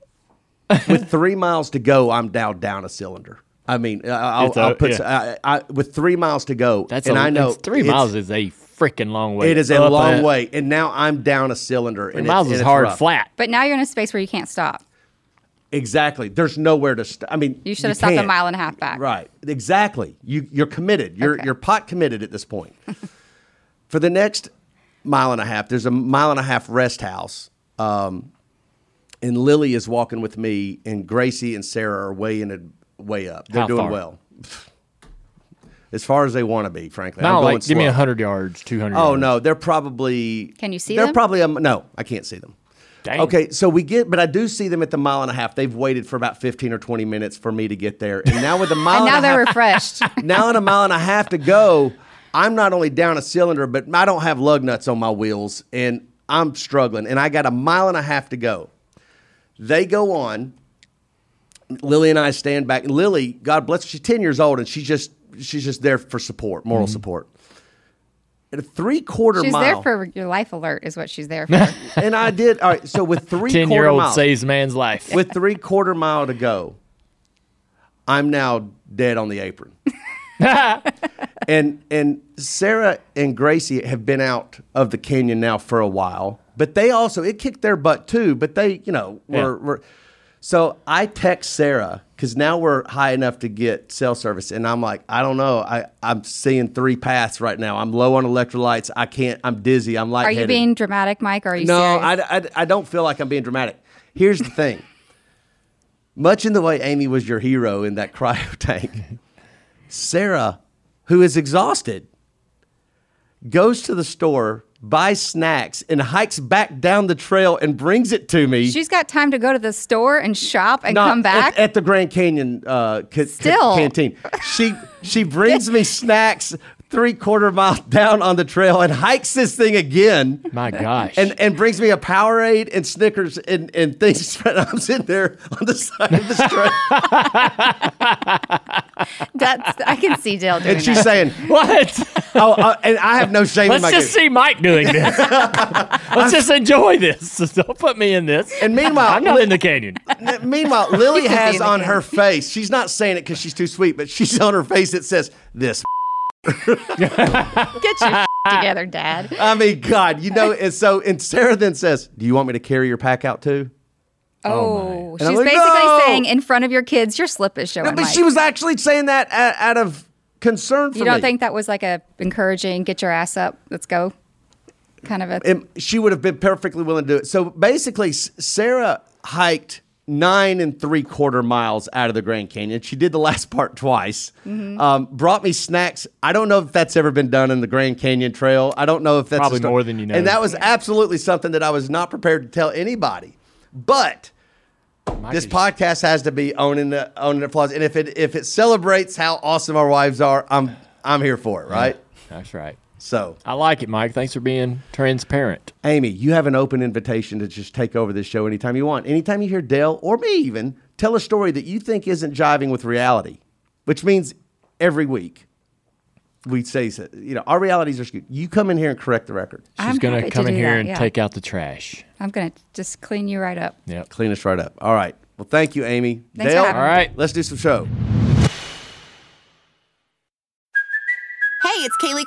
E: With three miles to go, I'm now down a cylinder. I mean, I- I'll,
D: It's a-
E: I'll put,
D: yeah.
E: I, I, with three miles to go,
D: That's
E: and
D: a,
E: I know
D: it's three
E: it's-
D: miles is a freaking long way.
E: It is a
D: Up
E: long
D: that-
E: way. And now I'm down a cylinder.
D: Three
E: and
D: miles
E: it's,
D: is
E: and it's
D: hard
E: rough.
D: flat.
C: But now you're in a space where you can't stop.
E: Exactly. There's nowhere to. St- I mean,
C: You should have stopped a
E: can't.
C: mile and a half back.
E: Right. Exactly. You you're committed. You're
C: Okay.
E: you're pot committed at this point. For the next mile and a half, there's a mile and a half rest house. Um, and Lily is walking with me, and Gracie and Sarah are way in a, way up. They're
D: How
E: doing
D: far?
E: well. As far as they want to be, frankly. I'm
D: No,
E: going
D: like give me
E: slow.
D: hundred yards, two hundred.
E: Oh no, they're probably.
C: Can you see
E: They're
C: them?
E: probably um, no. I can't see them.
D: Dang.
E: Okay, so we get, but I do see them at the mile and a half. They've waited for about fifteen or twenty minutes for me to get there, and now with the mile
C: And now
E: and a
C: they're
E: half,
C: refreshed.
E: now in a mile and a half to go, I'm not only down a cylinder, but I don't have lug nuts on my wheels, and I'm struggling. And I got a mile and a half to go. They go on, Lily and I stand back. Lily, God bless her, she's 10 years old and she's just she's just there for support, moral support. At a three quarter
C: She's there
E: mile.
C: for your life alert, is what she's there for.
E: and I did all right, so with three
D: Ten year
E: quarter
D: old
E: miles
D: saves man's life.
E: with three quarter mile to go, I'm now dead on the apron. and and Sarah and Gracie have been out of the canyon now for a while, but they also it kicked their butt too. But they, you know, were,
D: Yeah.
E: were so I text Sarah because now we're high enough to get cell service, and I'm like, I don't know, I I'm seeing three paths right now. I'm low on electrolytes. I can't. I'm dizzy. I'm
C: Are
E: lightheaded.
C: you being dramatic, Mike? Or are you
E: No,
C: serious?
E: I, I, I don't feel like I'm being dramatic. Here's the thing. Much in the way Amy was your hero in that cryo tank, Sarah, who is exhausted, goes to the store, buys snacks, and hikes back down the trail and brings it to me.
C: She's got time to go to the store and shop and
E: Not
C: come back.
E: at, at the Grand Canyon uh, ca- ca-
C: Still.
E: canteen. She she brings me snacks three quarter mile down on the trail and hikes this thing again
D: My gosh.
E: and and brings me a Powerade and Snickers and, and things. And I'm sitting there on the side of the street,
C: That's I can see Dale doing
E: and
C: that.
E: she's saying,
D: what?
E: "Oh,, uh, and I have no shame in
D: Let's
E: my
D: just
E: game."
D: see Mike doing this. Let's just enjoy this. Don't put me in this.
E: And meanwhile,
D: I'm not
E: Li-
D: in the canyon.
E: n- meanwhile, Lily
C: could be
E: has
C: in the
E: on
C: canyon.
E: her face. She's not saying it because she's too sweet, but she's on her face. It says this.
C: "Get your together, Dad."
E: I mean, God, you know. And so, and Sarah then says, "Do you want me to carry your pack out too?"
C: Oh,
E: And I'm
C: she's
E: like,
C: basically
E: "No!"
C: saying in front of your kids, your slip is showing.
E: No, but
C: Mike.
E: she was actually saying that out, out of concern for
C: you don't
E: me.
C: think that was like a encouraging, get your ass up, let's go, kind of a.
E: and she would have been perfectly willing to do it. So basically, S- Sarah hiked nine and three quarter miles out of the Grand Canyon. She did the last part twice. Um, brought me snacks. I don't know if that's ever been done in the Grand Canyon Trail. I don't know if that's a
D: Probably
E: sto-
D: more than you know.
E: And that was absolutely something that I was not prepared to tell anybody. But this podcast has to be owning the owning the flaws. And if it if it celebrates how awesome our wives are, I'm I'm here for it. Right.
D: That's right.
E: So
D: I like it, Mike. Thanks for being transparent.
E: Amy, you have an open invitation to just take over this show anytime you want. Anytime you hear Dale or me even tell a story that you think isn't jiving with reality, which means every week we say, so- you know, our realities are skewed. You come in here and correct the record.
C: I'm
D: She's going
C: happy
D: to
C: to
D: come in
C: do
D: here
C: that,
D: and
C: yeah.
D: take out the trash.
C: I'm gonna just clean you right up.
D: Yep.
E: Clean us right up. All right. Well, thank you, Amy.
C: Thanks for
E: Dale,
C: having
D: me. All right.
E: Let's do some show.
G: Hey, it's Kaylee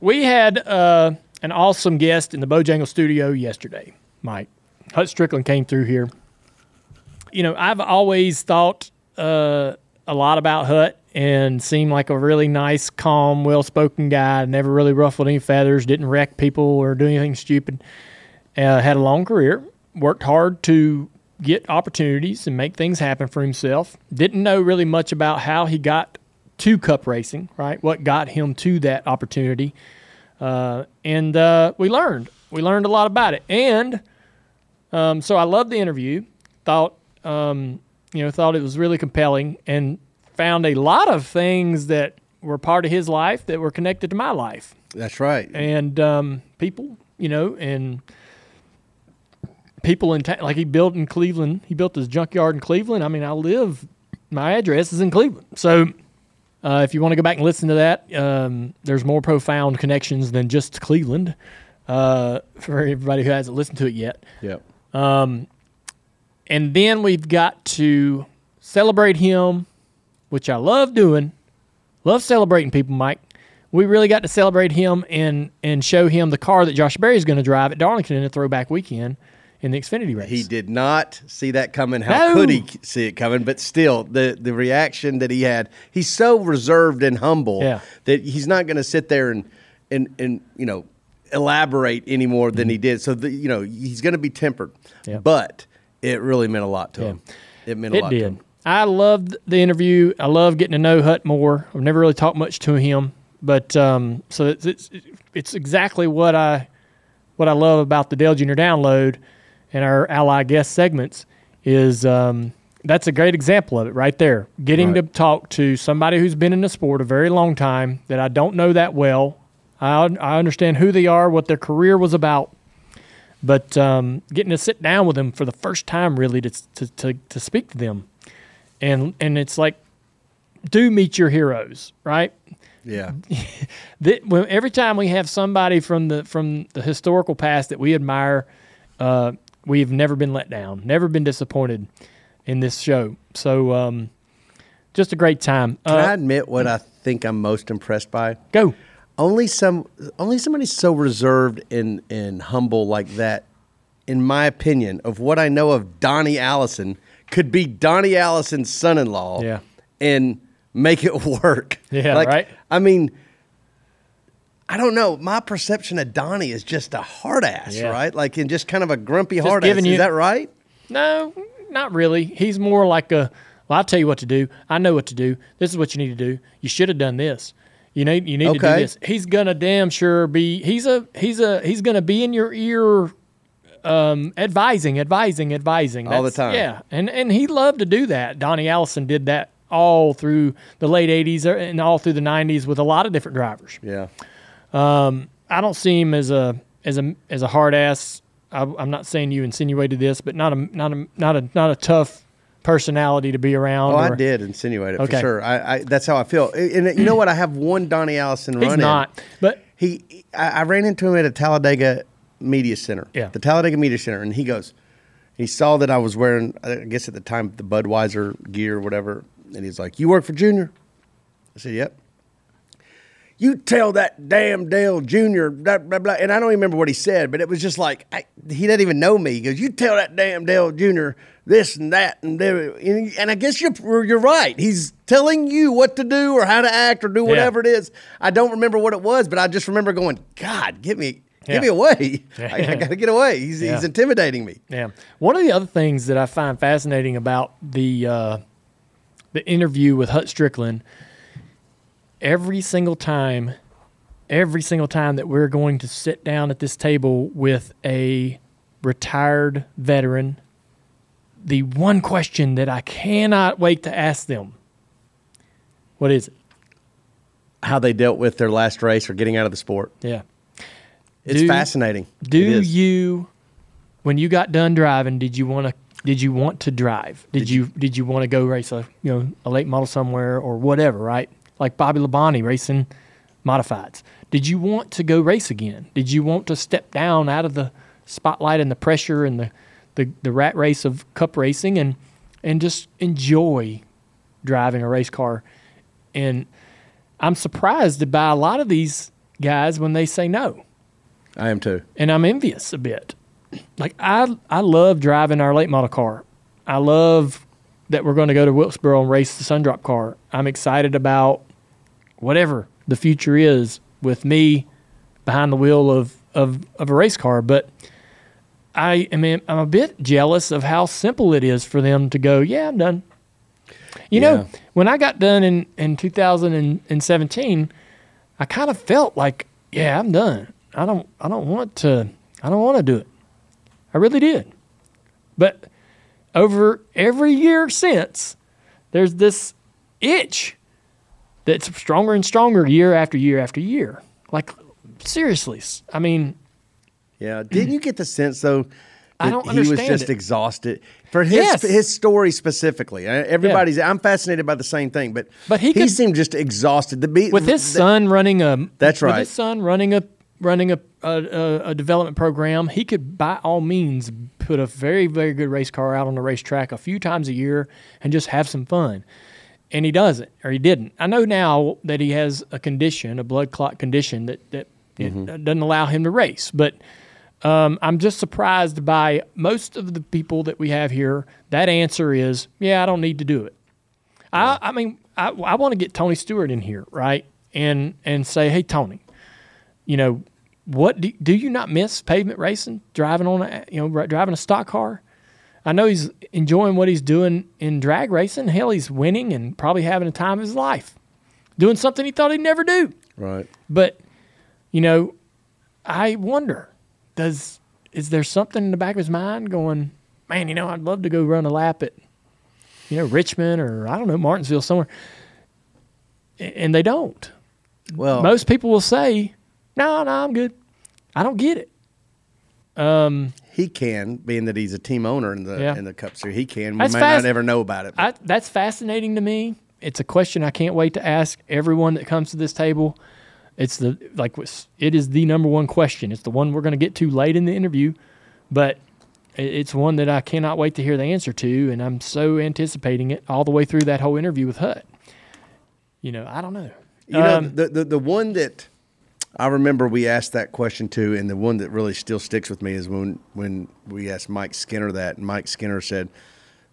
D: We had uh, an awesome guest in the Bojangle studio yesterday, Mike. Hut Strickland came through here. You know, I've always thought uh, a lot about Hut and seemed like a really nice, calm, well spoken guy. Never really ruffled any feathers, didn't wreck people or do anything stupid. Uh, had a long career, worked hard to get opportunities and make things happen for himself. Didn't know really much about how he got to cup racing, right? What got him to that opportunity. Uh, and uh, we learned. We learned a lot about it. And um, so I loved the interview. Thought, um, you know, thought it was really compelling and found a lot of things that were part of his life that were connected to my life
E: That's right.
D: and um, people, you know, and people in town. like he built in Cleveland. He built his junkyard in Cleveland. I mean, I live. My address is in Cleveland. So uh, if you want to go back and listen to that, um, there's more profound connections than just Cleveland uh, for everybody who hasn't listened to it yet.
E: Yep.
D: And then we've got to celebrate him, which I love doing. Love celebrating people, Mike. We really got to celebrate him and and show him the car that Josh Berry's going to drive at Darlington in a throwback weekend in the Xfinity race.
E: He did not see that coming. How
D: No.
E: could he see it coming? But still, the the reaction that he had, he's so reserved and humble
D: Yeah.
E: that he's not going to sit there and and and you know elaborate any more than he did. So the, you know he's going to be tempered,
D: Mm-hmm. Yeah.
E: but It really meant a lot to him. It meant a
D: It
E: lot. To
D: did.
E: him.
D: I loved the interview. I love getting to know Hutt more. I've never really talked much to him, but um, so it's, it's it's exactly what I what I love about the Dell Junior Download and our ally guest segments is um, that's a great example of it right there. Getting to talk to somebody who's been in the sport a very long time that I don't know that well. I I understand who they are, what their career was about, but um, getting to sit down with them for the first time really to, to, to, to speak to them and and it's like do meet your heroes right
E: Yeah.
D: that when, every time we have somebody from the from the historical past that we admire uh, we've never been let down never been disappointed in this show so um, just a great time
E: Can I
D: uh,
E: admit what I think I'm most impressed by?
D: go
E: only some only somebody so reserved and and humble like that in my opinion of what i know of donnie allison could be donnie allison's son-in-law
D: Yeah.
E: and make it work
D: Yeah,
E: like,
D: right?
E: i mean i don't know my perception of donnie is just a hard ass
D: Yeah.
E: right like and just kind of a grumpy hard ass
D: giving
E: is
D: you-
E: that right
D: No, not really. He's more like a. Well, I'll tell you what to do. I know what to do. This is what you need to do. You should have done this. You need you need to do
E: Okay.
D: this. He's gonna damn sure be. He's a he's a he's gonna be in your ear, um, advising, advising, advising
E: All the
D: That's-
E: time.
D: Yeah, and and he loved to do that. Donnie Allison did that all through the late '80s and all through the '90s with a lot of different drivers.
E: yeah
D: I don't see him as a as a as a hard ass. I, I'm not saying you insinuated this, but not a not a not a not a tough personality to be around.
E: Oh, I
D: or-
E: did insinuate it for
D: Okay.
E: sure. I, I that's how I feel. And and you know what? I have one Donnie Allison
D: He's
E: run. in.
D: not, but
E: he I, I ran into him at a Talladega media center.
D: Yeah.
E: The Talladega media center, and he goes, he saw that I was wearing, I guess at the time the Budweiser gear or whatever, and he's like, "You work for Junior?" I said, "Yep." You tell that damn Dale Junior, blah blah blah, and I don't even remember what he said, but it was just like I, he doesn't even know me. He goes, "You tell that damn Dale Junior this and that and that." and, and I guess you're you're right. He's telling you what to do or how to act or do whatever it is it is. I don't remember what it was, but I just remember going, God, get me,
D: Yeah.
E: get me away. I, I got to get away. He's,
D: Yeah.
E: he's intimidating me.
D: yeah, one of the other things that I find fascinating about the uh, the interview with Hut Strickland, every single time, every single time that we're going to sit down at this table with a retired veteran the one question that I cannot wait to ask them. What is it?
E: How they dealt with their last race or getting out of the sport.
D: Yeah.
E: It's
D: Do-
E: fascinating.
D: Do
E: It is.
D: you when you got done driving, did you want to did you want to drive? Did, you, did you want to go race a you know a late model somewhere or whatever, right? Like Bobby Labonte racing modifieds. Did you want to go race again? Did you want to step down out of the spotlight and the pressure and the the, the rat race of cup racing and and just enjoy driving a race car and I'm surprised by a lot of these guys when they say no
E: I am too.
D: and I'm envious a bit. Like I I love driving our late model car. I love that we're going to go to Wilkesboro and race the Sundrop car. I'm excited about whatever the future is with me behind the wheel of of, of a race car, but I am I'm a bit jealous of how simple it is for them to go, yeah, I'm done. You
E: Yeah.
D: know, when I got done in, in 2017, I kind of felt like, yeah, I'm done. I don't I don't want to I don't want to do it. I really did. But over every year since, there's this itch that's stronger and stronger year after year after year. Like seriously, s- I mean,
E: Yeah. Didn't you get the sense though?
D: I
E: that
D: don't
E: he was
D: understand
E: just
D: it.
E: exhausted for his
D: Yes.
E: his story specifically. Uh, Everybody's I'm fascinated by the same thing, but
D: But he
E: he
D: could-
E: seemed just exhausted. The be,
D: with his
E: the-
D: son running a
E: That's
D: With
E: right.
D: his son running a running a, a a a development program, he could by all means put a very very good race car out on the racetrack a few times a year and just have some fun. And he doesn't, or he didn't. I know now that he has a condition, a blood clot condition that that it
E: Mm-hmm.
D: doesn't allow him to race, but. Um, I'm just surprised by most of the people that we have here. That answer is, yeah, I don't need to do it. I, I mean, I, I want to get Tony Stewart in here, right? And and say, hey, Tony, you know, what do, do you not miss pavement racing, driving on, a, you know, ri- driving a stock car? I know he's enjoying what he's doing in drag racing. Hell, he's winning and probably having a time of his life, doing something he thought he'd never do.
E: Right.
D: But you know, I wonder does is there something in the back of his mind going, man, you know, I'd love to go run a lap at you know Richmond or I don't know Martinsville somewhere, A- and they don't.
E: Well,
D: Most people will say, no, no, I'm good. I don't get it.
E: he can, being that he's a team owner in the
D: Yeah.
E: in the Cup Series. He can. We
D: That's
E: might
D: fast.
E: not ever know about it.
D: I,
E: but-
D: that's fascinating to me. It's a question I can't wait to ask everyone that comes to this table. It's the like what's- it is the number one question. It's the one we're going to get to late in the interview, but i- it's one that I cannot wait to hear the answer to, and I'm so anticipating it all the way through that whole interview with Hut. You know, I don't know.
E: You know,
D: Um,
E: the, the the one that I remember we asked that question to, and the one that really still sticks with me is when when we asked Mike Skinner that, and Mike Skinner said,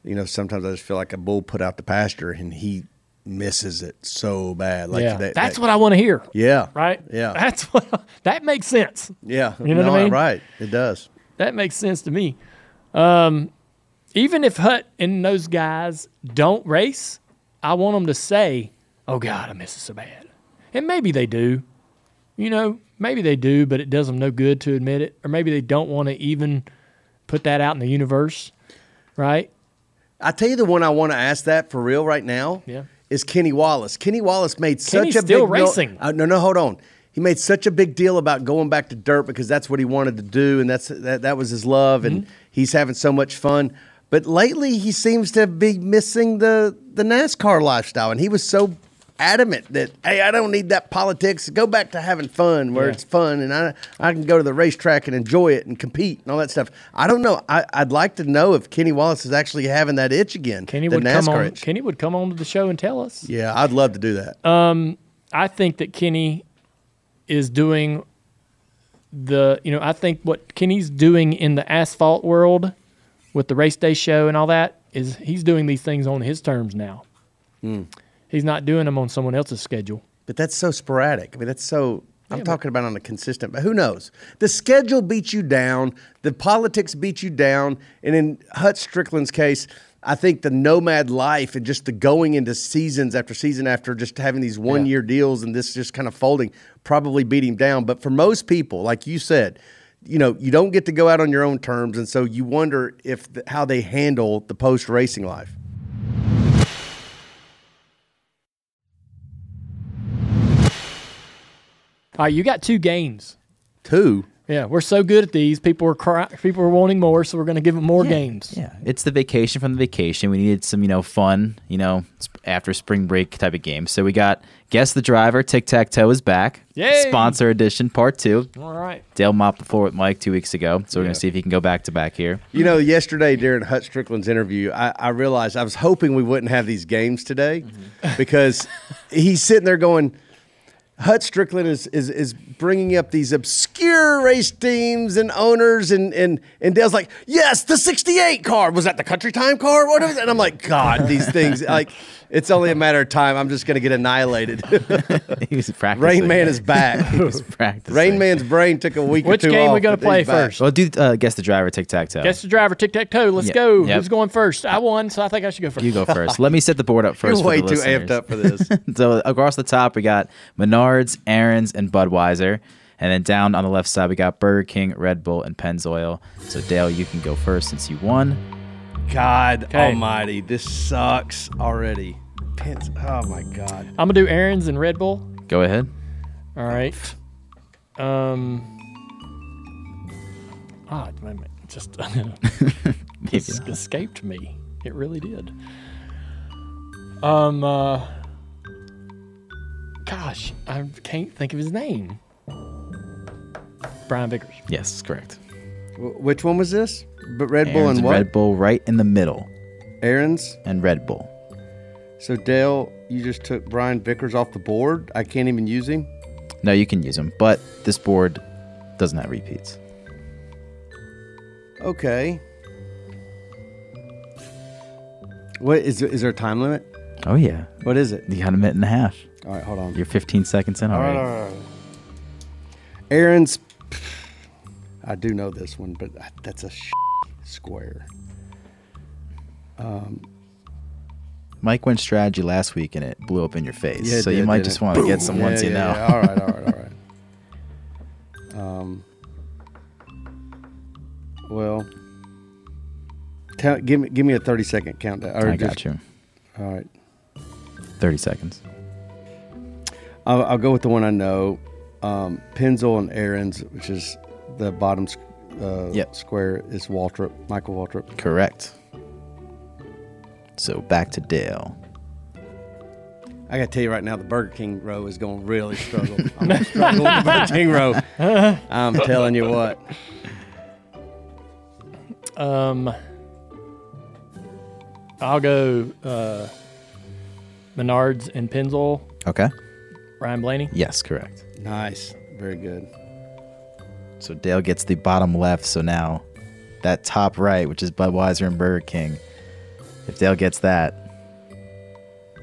E: "You know, sometimes I just feel like a bull put out the pasture, and he misses it so bad." Like
D: yeah,
E: that,
D: that's
E: that-
D: what I want to hear.
E: Yeah.
D: Right.
E: Yeah.
D: That's what that makes sense.
E: Yeah.
D: You know
E: no,
D: what I mean?
E: Right. It does.
D: That makes sense to me. Um, even if Hutt and those guys don't race, I want them to say, "Oh God, I miss it so bad." And maybe they do. You know, maybe they do, but it does them no good to admit it, or maybe they don't want to even put that out in the universe, right?
E: I tell you, the one I want to ask that for real right now
D: Yeah.
E: is Kenny Wallace. Kenny Wallace made
D: Kenny's
E: such a
D: still
E: big
D: racing.
E: No, uh, no, no, hold on. He made such a big deal about going back to dirt because that's what he wanted to do, and that's that, that was his love,
D: Mm-hmm.
E: and he's having so much fun. But lately, he seems to be missing the the NASCAR lifestyle, and he was so adamant that hey, I don't need that politics. Go back to having fun where
D: Yeah.
E: it's fun, and I I can go to the racetrack and enjoy it and compete and all that stuff. I don't know. I, I'd like to know if Kenny Wallace is actually having that itch again.
D: Kenny
E: the
D: would
E: NASCAR
D: come on.
E: itch.
D: Kenny would come on to the show and tell us.
E: yeah, I'd love to do that.
D: I think that Kenny is doing the you know I think what Kenny's doing in the asphalt world with the race day show and all that is he's doing these things on his terms now.
E: Hmm.
D: He's not doing them on someone else's schedule.
E: But that's so sporadic. I mean, that's so. I'm talking about on a consistent, but who knows? The schedule beats you down. The politics beat you down. And in Hut Strickland's case, I think the nomad life and just the going into seasons after season after just having these one year deals and this just kind of folding probably beat him down. But for most people, like you said, you know, you don't get to go out on your own terms. And so you wonder if the, how they handle the post racing life.
D: All right, you got two games.
E: Two.
D: Yeah, we're so good at these. People are cry- people are wanting more, so we're going to give them more games.
H: Yeah, it's the vacation from the vacation. We needed some, you know, fun, you know, sp- after spring break type of game. So we got Guess the Driver, Tic Tac Toe is back.
D: Yay!
H: Sponsor edition part two.
D: All right.
H: Dale mopped the floor with Mike two weeks ago. So we're going to see if he can go back to back here.
E: You know, yesterday during Hut Strickland's interview, I, I realized I was hoping we wouldn't have these games today
D: Mm-hmm.
E: because he's sitting there going, Hut Strickland is, is is bringing up these obscure race teams and owners, and and and Dale's like, yes, the '68 car was that the Country Time car, what was it? And I'm like, God, these things like it's only a matter of time. I'm just gonna get annihilated.
H: he was practicing.
E: Rain Man is back.
H: He's practicing.
E: Rain Man's brain took a week.
D: Which
E: or two
D: game we
E: off,
D: gonna
E: but he's
D: play
E: back.
D: first?
H: Well, do uh, Guess the Driver, Tic Tac Toe.
D: Guess the driver, tic tac toe. Let's
H: Yep.
D: go.
H: Yep.
D: Who's going first? I won, so I think I should go first.
H: you go first. Let me set the board up 1st
E: You're way too amped up for this.
H: so across the top we got Menards, Aaron's, and Budweiser, and then down on the left side we got Burger King, Red Bull, and Pennzoil. So Dale, you can go first since you won.
E: God
D: Okay.
E: Almighty, this sucks already. Pence, oh my God.
D: I'm gonna do errands and Red Bull.
H: Go ahead.
D: All right. Um. Ah, wait a minute. Just
H: Maybe
D: es-
H: not.
D: escaped me. It really did. Um. Uh, gosh, I can't think of his name. Brian Vickers.
H: Yes, correct.
E: W- which one was this? But Red Bull
H: Aaron's
E: and what?
H: Red Bull right in the middle,
E: Aaron's.
H: and Red Bull.
E: So Dale, you just took Brian Vickers off the board. I can't even use him.
H: No, you can use them, but this board doesn't have repeats.
E: Okay. What is is there a time limit?
H: Oh yeah,
E: What is it?
H: you got a minute and a half.
E: All right, hold on.
H: You're 15 seconds in already.
E: Aaron's. I do know this one, but that's a square.
H: Mike went strategy last week and it blew up in your face.
E: Yeah, it
H: so
E: did,
H: you might
E: didn't
H: just
E: it?
H: want to get some
E: Yeah,
H: ones you
E: yeah,
H: know.
E: yeah. All right, all right, all right. Um, well, tell, give me give me a thirty second countdown. or
H: I
E: just-
H: got you.
E: All right,
H: 30 seconds.
E: I'll, I'll go with the one I know, um, Penzel and Aaron's, which is the bottom s- uh,
H: Yep.
E: square is Waltrip, Michael Waltrip.
H: Correct. So back to Dale.
E: I gotta tell you right now, the Burger King row is gonna really struggle. I'm gonna struggle with the Burger King row. I'm telling you what.
D: Um, I'll go uh, Menards and Penzel,
H: Okay.
D: Ryan Blaney.
H: Yes, correct.
E: Nice, very good.
H: So Dale gets the bottom left. So now that top right, which is Budweiser and Burger King, if Dale gets that,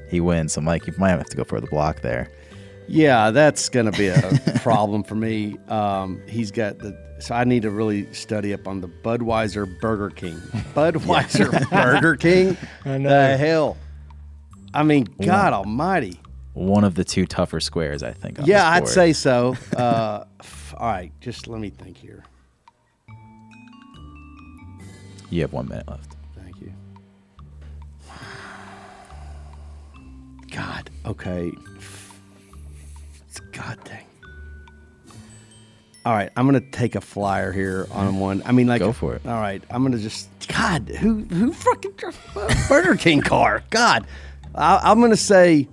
H: he wins. So Mike, you might have to go for the block there.
E: Yeah, that's going to be a problem for me. Um, he's got the. So I need to really study up on the Budweiser Burger King. Budweiser Burger King?
D: I know.
E: The hell? I mean, God almighty.
H: One of the two tougher squares, I think. On
E: Yeah,
H: this
E: I'd
H: board.
E: say so. Uh, f- all right, just let me think here.
H: you have one minute left.
E: Thank you. God, okay. It's God dang. All right, I'm gonna take a flyer here on one. I mean, like,
H: Go for it.
E: All right, I'm gonna just God, who who fucking drove a Burger King car? God, I, I'm gonna say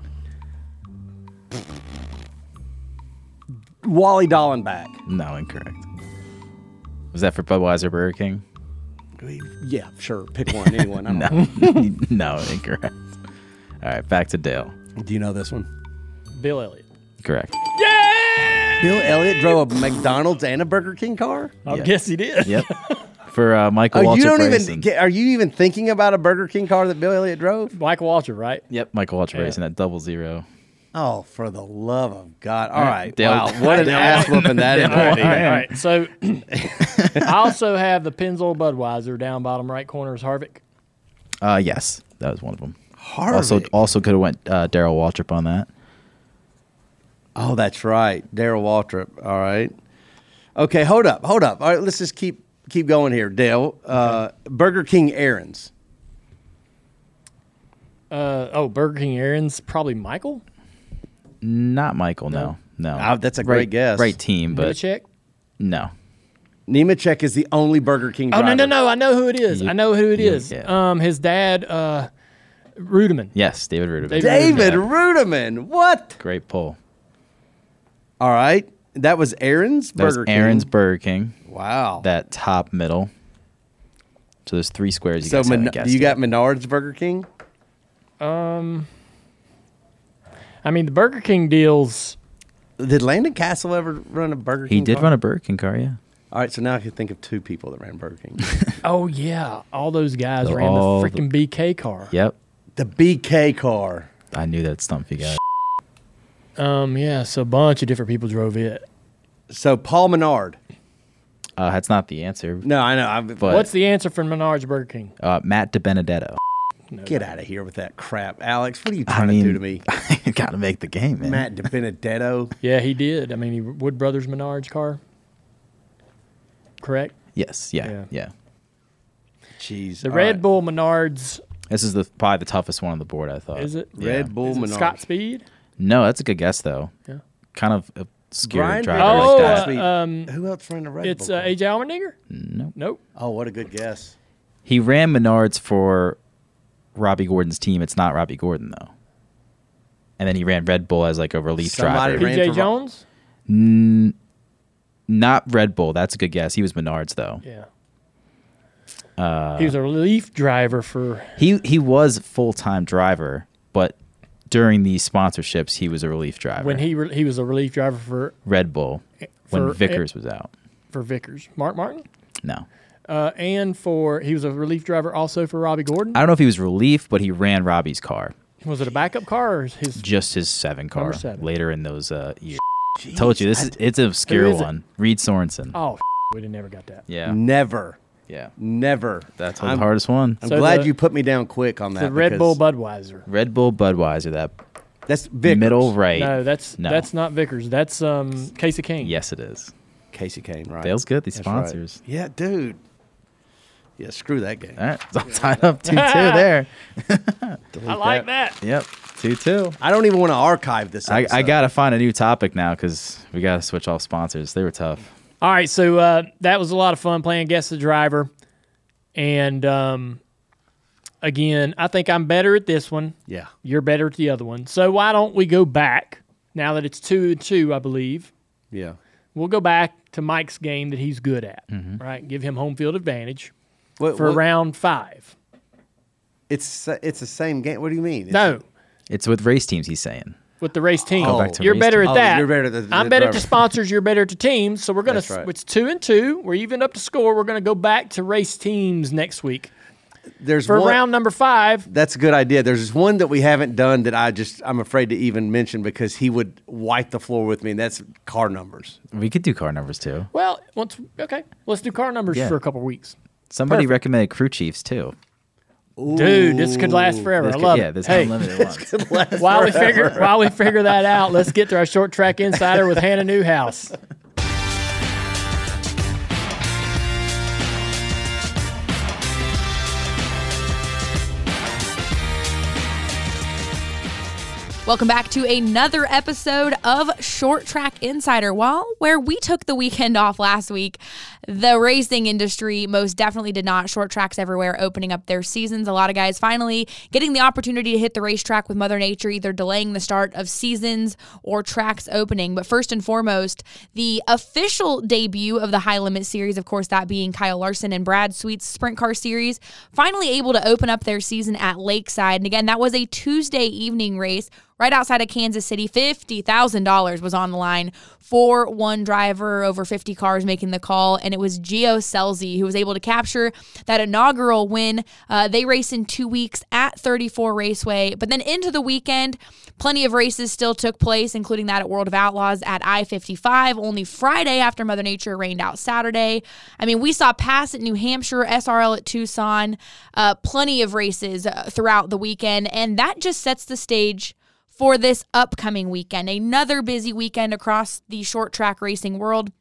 E: Wally Dollenbach.
H: No, incorrect. Was that for Budweiser Burger King?
E: Yeah, sure, pick one, anyone. I don't
H: No, no, incorrect. All right, back to Dale.
E: know. Do you know this one?
D: Bill Elliott.
H: Correct.
E: Bill Elliott drove a McDonald's and a Burger King car.
D: I
H: Yeah.
D: guess he did.
H: Yep. For uh, Michael
E: Oh,
H: Walter
E: you don't
H: Bryson.
E: even. Get, are you even thinking about a Burger King car that Bill Elliott drove?
D: Michael Walter, right?
H: Yep, Michael Walter Bryson at double zero.
E: Oh, for the love of God! All right,
H: Dale-
E: wow, Mm, what an ass whooping that is!
D: All right, all
E: already.
D: right, all right. So I also have the Penzel Budweiser down bottom right corner is Harvick.
H: Uh, yes, that was one of them.
E: Ah, Harvick.
H: Also, also could have went uh, Daryl Waltrip on that.
E: oh, that's right, Daryl Waltrip. All right, okay, hold up, hold up. All right, let's just keep keep going here, Dale. Uh, Burger King errands.
D: Uh, oh, Burger King Aaron's probably Michael
H: Not Michael. No, no.
E: Ah, that's a
H: right,
E: great guess.
H: Right team, but
D: Milicic.
H: no.
E: Nemechek is the only Burger King.
D: Oh
E: Driver.
D: no no no! I know who it is.
H: You-
D: I know who it
H: you-
D: is.
H: yeah.
D: Um, his dad, uh, Rudiman.
H: Yes, David Rudovich.
D: David-
E: David
H: Yeah.
E: Rudiman. What?
H: Great pull.
E: All right, that was Aaron's
H: That
E: Burger
H: was Aaron's
E: King.
H: Burger King.
E: Wow.
H: That top middle. So there's three squares. You
E: so
H: guys haven't
E: Men-
H: guessed
E: you
H: yet.
E: got Menards Burger King.
D: I mean, the Burger King deals.
E: Did Landon Castle ever run a Burger King?
H: He did
E: car?
H: run a Burger King car. Yeah.
E: All right, so now I can think of two people that ran Burger King.
D: Oh yeah, all those guys
H: They're
D: ran the
H: all the-
D: freaking BK car.
H: Yep.
E: the BK car.
H: I knew that stump you guys.
D: Um, yeah. So a bunch of different people drove it.
E: So Paul Menard.
H: Uh, that's not the answer.
E: No, I know. I'm,
H: But
D: What's the answer for Menards Burger King?
H: uh, Matt DiBenedetto.
E: get out of here with that crap, Alex. What are you
H: I
E: trying
H: mean,
E: to do to me,
H: gotta make the game, man.
E: Matt DiBenedetto?
D: Yeah, he did. I mean, he Wood Brothers Menards car. Correct.
H: Yes. Yeah.
D: Yeah.
H: Yeah.
E: Jeez,
D: The
E: all
D: Red
E: right.
D: Bull Menards
H: This is the probably the toughest one on the board. I thought.
D: is it?
H: Yeah.
E: Red Bull
D: Is it
E: Menards.
D: Scott Speed.
H: No, that's a good guess though.
D: Yeah.
H: Kind of obscure
E: Brian
H: driver
E: Bell.
D: Oh,
H: like
D: uh,
H: that.
E: Sweet.
D: um,
E: Who else ran a Red
D: It's
E: Bull?
D: uh,
E: car?
D: AJ Allmendinger.
H: no.
D: Nope.
E: oh, what a good guess.
H: He ran Menards for Robbie Gordon's team. It's not Robbie Gordon though. And then he ran Red Bull as like a relief
E: Somebody
H: driver.
E: ran- for
D: PJ
E: Ro-
D: Jones.
H: not Red Bull. That's a good guess. He was Menards though.
D: Yeah. he was a relief driver for.
H: He he was full time driver, but during the sponsorships, he was a relief driver.
D: when he re- he was a relief driver for
H: Red Bull when
D: for- eh,
H: Vickers was out.
D: for Vickers, Mark Martin,
H: No.
D: uh, and for he was a relief driver also for Robbie Gordon.
H: I don't know if he was relief, but he ran Robbie's car,
D: was it a backup car or his?
H: just his seven car
D: Number seven.
H: later in those uh, years. Told you this is it's an obscure
D: Who is Oh. it?
H: one. Reed Sorensen.
D: Oh, we didn't never got that.
H: Yeah.
E: Never.
H: Yeah.
I: Never.
H: That's the hardest one.
I: I'm
H: So
I: glad
H: the-
I: you put me down quick on that.
D: the Red
I: because
D: Bull Budweiser.
H: Red Bull Budweiser. That
I: that's
H: middle right.
D: No, that's
H: no.
D: that's not Vickers. That's um Casey King.
H: yes, it is.
I: Casey Kane, right?
H: Dale's good. These
I: That's right.
H: sponsors.
I: Yeah, dude. Yeah, screw that game.
H: All right, it's all tied up two two there.
D: I like that.
H: Yep, two two.
I: I don't even want to archive this.
H: I, I
I: episode.
H: gotta find a new topic now because we gotta switch off sponsors. They were tough.
D: All right, so uh, that was a lot of fun playing Guess the Driver. And um, again, I think I'm better at this one.
I: Yeah.
D: You're better at the other one. So why don't we go back now that it's two and two, I believe?
I: Yeah.
D: We'll go back to Mike's game that he's good at, right? Give him home field advantage
I: What-
D: for
I: Mm-hmm. what-
D: round five.
I: It's it's the same game. What do you mean? It's-
D: No,
H: It's with race teams. He's saying.
D: with the race team.
H: Go back to
D: you're
H: race
D: better
H: team.
D: at
I: Oh,
D: that.
I: you're better at the-
D: I'm
I: the
D: better
I: driver.
D: at the sponsors. You're better at the teams. So we're gonna.
I: That's right.
D: It's two and two. We're even up to score. We're gonna go back to race teams next week
I: There's
D: for
I: one,
D: round number five.
I: That's a good idea. There's this one that we haven't done that I just I'm afraid to even mention because he would wipe the floor with me, and that's car numbers.
H: We could do car numbers too.
D: Well, once okay, let's do car numbers
H: Yeah.
D: for a couple weeks.
H: Somebody recommended crew chiefs too.
D: Dude, this could last forever.
H: This
D: I
H: could-
D: love
H: yeah,
D: it.
H: this
D: hey,
H: unlimited ones.
D: while we figure while we figure that out, let's get to our short track insider with Hannah Newhouse.
J: Welcome back to another episode of Short Track Insider. While where we took the weekend off last week, the racing industry most definitely did not. Short tracks everywhere opening up their seasons. A lot of guys finally getting the opportunity to hit the racetrack with Mother Nature, either delaying the start of seasons or tracks opening. But first and foremost, the official debut of the High Limit series, of course, that being Kyle Larson and Brad Sweet's Sprint Car series, finally able to open up their season at Lakeside. And again, that was a Tuesday evening race right outside of Kansas City. $50,000 was on the line for one driver, over 50 cars making the call. And it was Gio Selzy who was able to capture that inaugural win. Uh, they race in two weeks at 34 Raceway. But then into the weekend, plenty of races still took place, including that at World of Outlaws at I 55, only Friday after Mother Nature rained out Saturday. I mean, we saw Pass at New Hampshire, SRL at Tucson, uh, plenty of races uh, throughout the weekend. And that just sets the stage for this upcoming weekend. Another busy weekend across the short track racing world.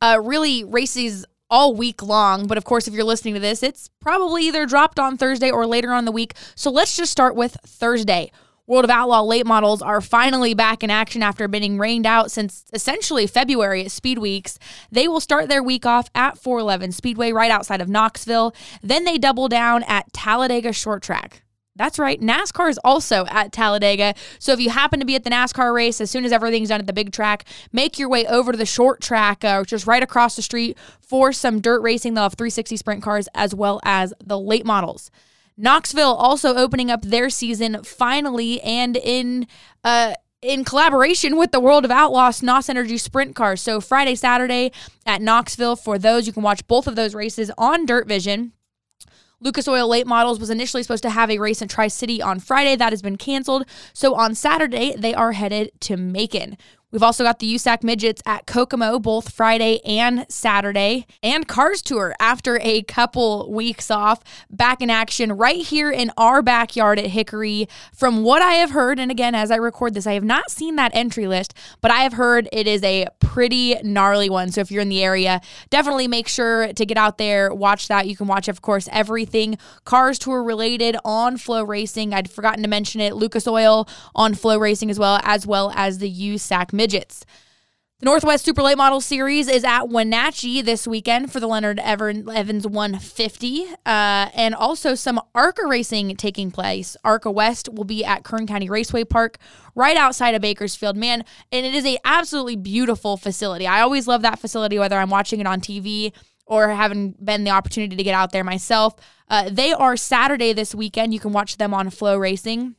J: Uh, really, races all week long. But of course, if you're listening to this, it's probably either dropped on Thursday or later on the week. So let's just start with Thursday. World of Outlaw late models are finally back in action after being rained out since essentially February at Speed Weeks. They will start their week off at 411 Speedway right outside of Knoxville. Then they double down at Talladega Short Track. That's right. NASCAR is also at Talladega. So if you happen to be at the NASCAR race, as soon as everything's done at the big track, make your way over to the short track, uh, which is right across the street, for some dirt racing. They'll have 360 sprint cars as well as the late models. Knoxville also opening up their season finally and in uh in collaboration with the World of Outlaw NOS Energy Sprint Cars. So Friday, Saturday at Knoxville for those, you can watch both of those races on Dirt Vision. Lucas Oil Late Models was initially supposed to have a race in Tri City on Friday. That has been canceled. So on Saturday, they are headed to Macon. We've also got the USAC Midgets at Kokomo both Friday and Saturday, and Cars Tour after a couple weeks off, back in action right here in our backyard at Hickory. From what I have heard, and again, as I record this, I have not seen that entry list, but I have heard it is a pretty gnarly one. So if you're in the area, definitely make sure to get out there, watch that. You can watch, of course, everything Cars Tour related on Flow Racing. I'd forgotten to mention it. Lucas Oil on Flow Racing as well, as well as the USAC Midgets. The Northwest Super Late Model Series is at Wenatchee this weekend for the Leonard Ever- Evans 150, uh, and also some ARCA racing taking place. ARCA West will be at Kern County Raceway Park, right outside of Bakersfield. Man, and it is a absolutely beautiful facility. I always love that facility, whether I'm watching it on TV or having been the opportunity to get out there myself. Uh, they are Saturday this weekend. You can watch them on Flow Racing.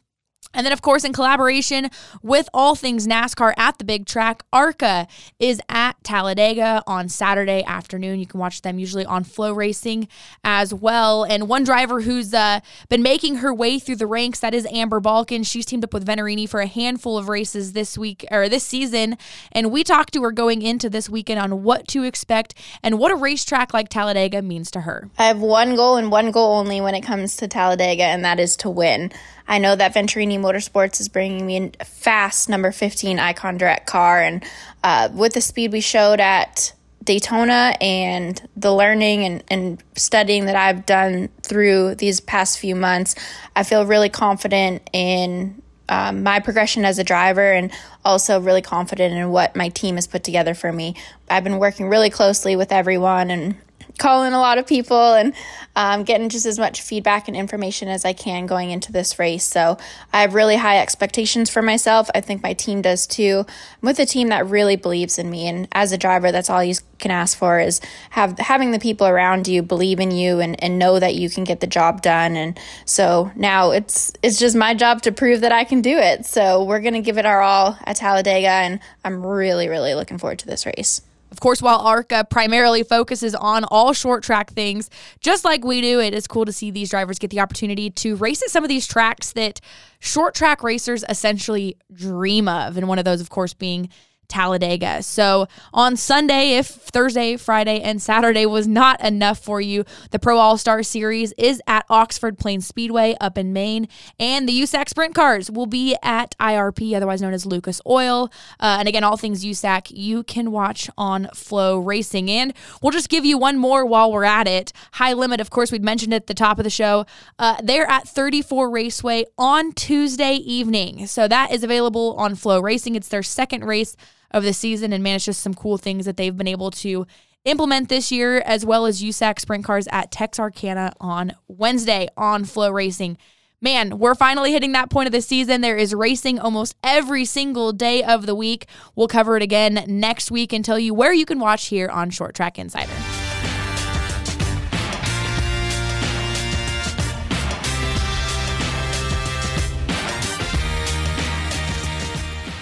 J: And then, of course, in collaboration with all things NASCAR at the big track, ARCA is at Talladega on Saturday afternoon. You can watch them usually on Flow Racing as well. And one driver who's uh, been making her way through the ranks, that is Amber Balkin. She's teamed up with Venerini for a handful of races this week or this season. And we talked to her going into this weekend on what to expect and what a racetrack like Talladega means to her.
K: I have one goal and one goal only when it comes to Talladega, and that is to win. I know that Venturini Motorsports is bringing me a fast number 15 Icon Direct car, and uh, with the speed we showed at Daytona and the learning and, and studying that I've done through these past few months, I feel really confident in um, my progression as a driver and also really confident in what my team has put together for me. I've been working really closely with everyone and calling a lot of people and um, getting just as much feedback and information as I can going into this race. So I have really high expectations for myself. I think my team does too. I'm with a team that really believes in me, and as a driver, that's all you can ask for is have having the people around you believe in you and, and know that you can get the job done. And so now it's it's just my job to prove that I can do it. So we're gonna give it our all at Talladega, and I'm really really looking forward to this race.
J: Of course, while ARCA primarily focuses on all short track things, just like we do, it is cool to see these drivers get the opportunity to race at some of these tracks that short track racers essentially dream of. And one of those, of course, being Talladega. So on Sunday, if Thursday, Friday, and Saturday was not enough for you, the Pro All Star Series is at Oxford Plains Speedway up in Maine, and the USAC Sprint Cars will be at IRP, otherwise known as Lucas Oil. Uh, and again, all things USAC you can watch on Flow Racing. And we'll just give you one more while we're at it. High Limit, of course, we'd mentioned at the top of the show. Uh, they're at 34 Raceway on Tuesday evening, so that is available on Flow Racing. It's their second race of the season and managed just some cool things that they've been able to implement this year, as well as USAC sprint cars at Texarkana on Wednesday on Flow Racing. Man, we're finally hitting that point of the season. There is racing almost every single day of the week. We'll cover it again next week and tell you where you can watch here on Short Track Insider.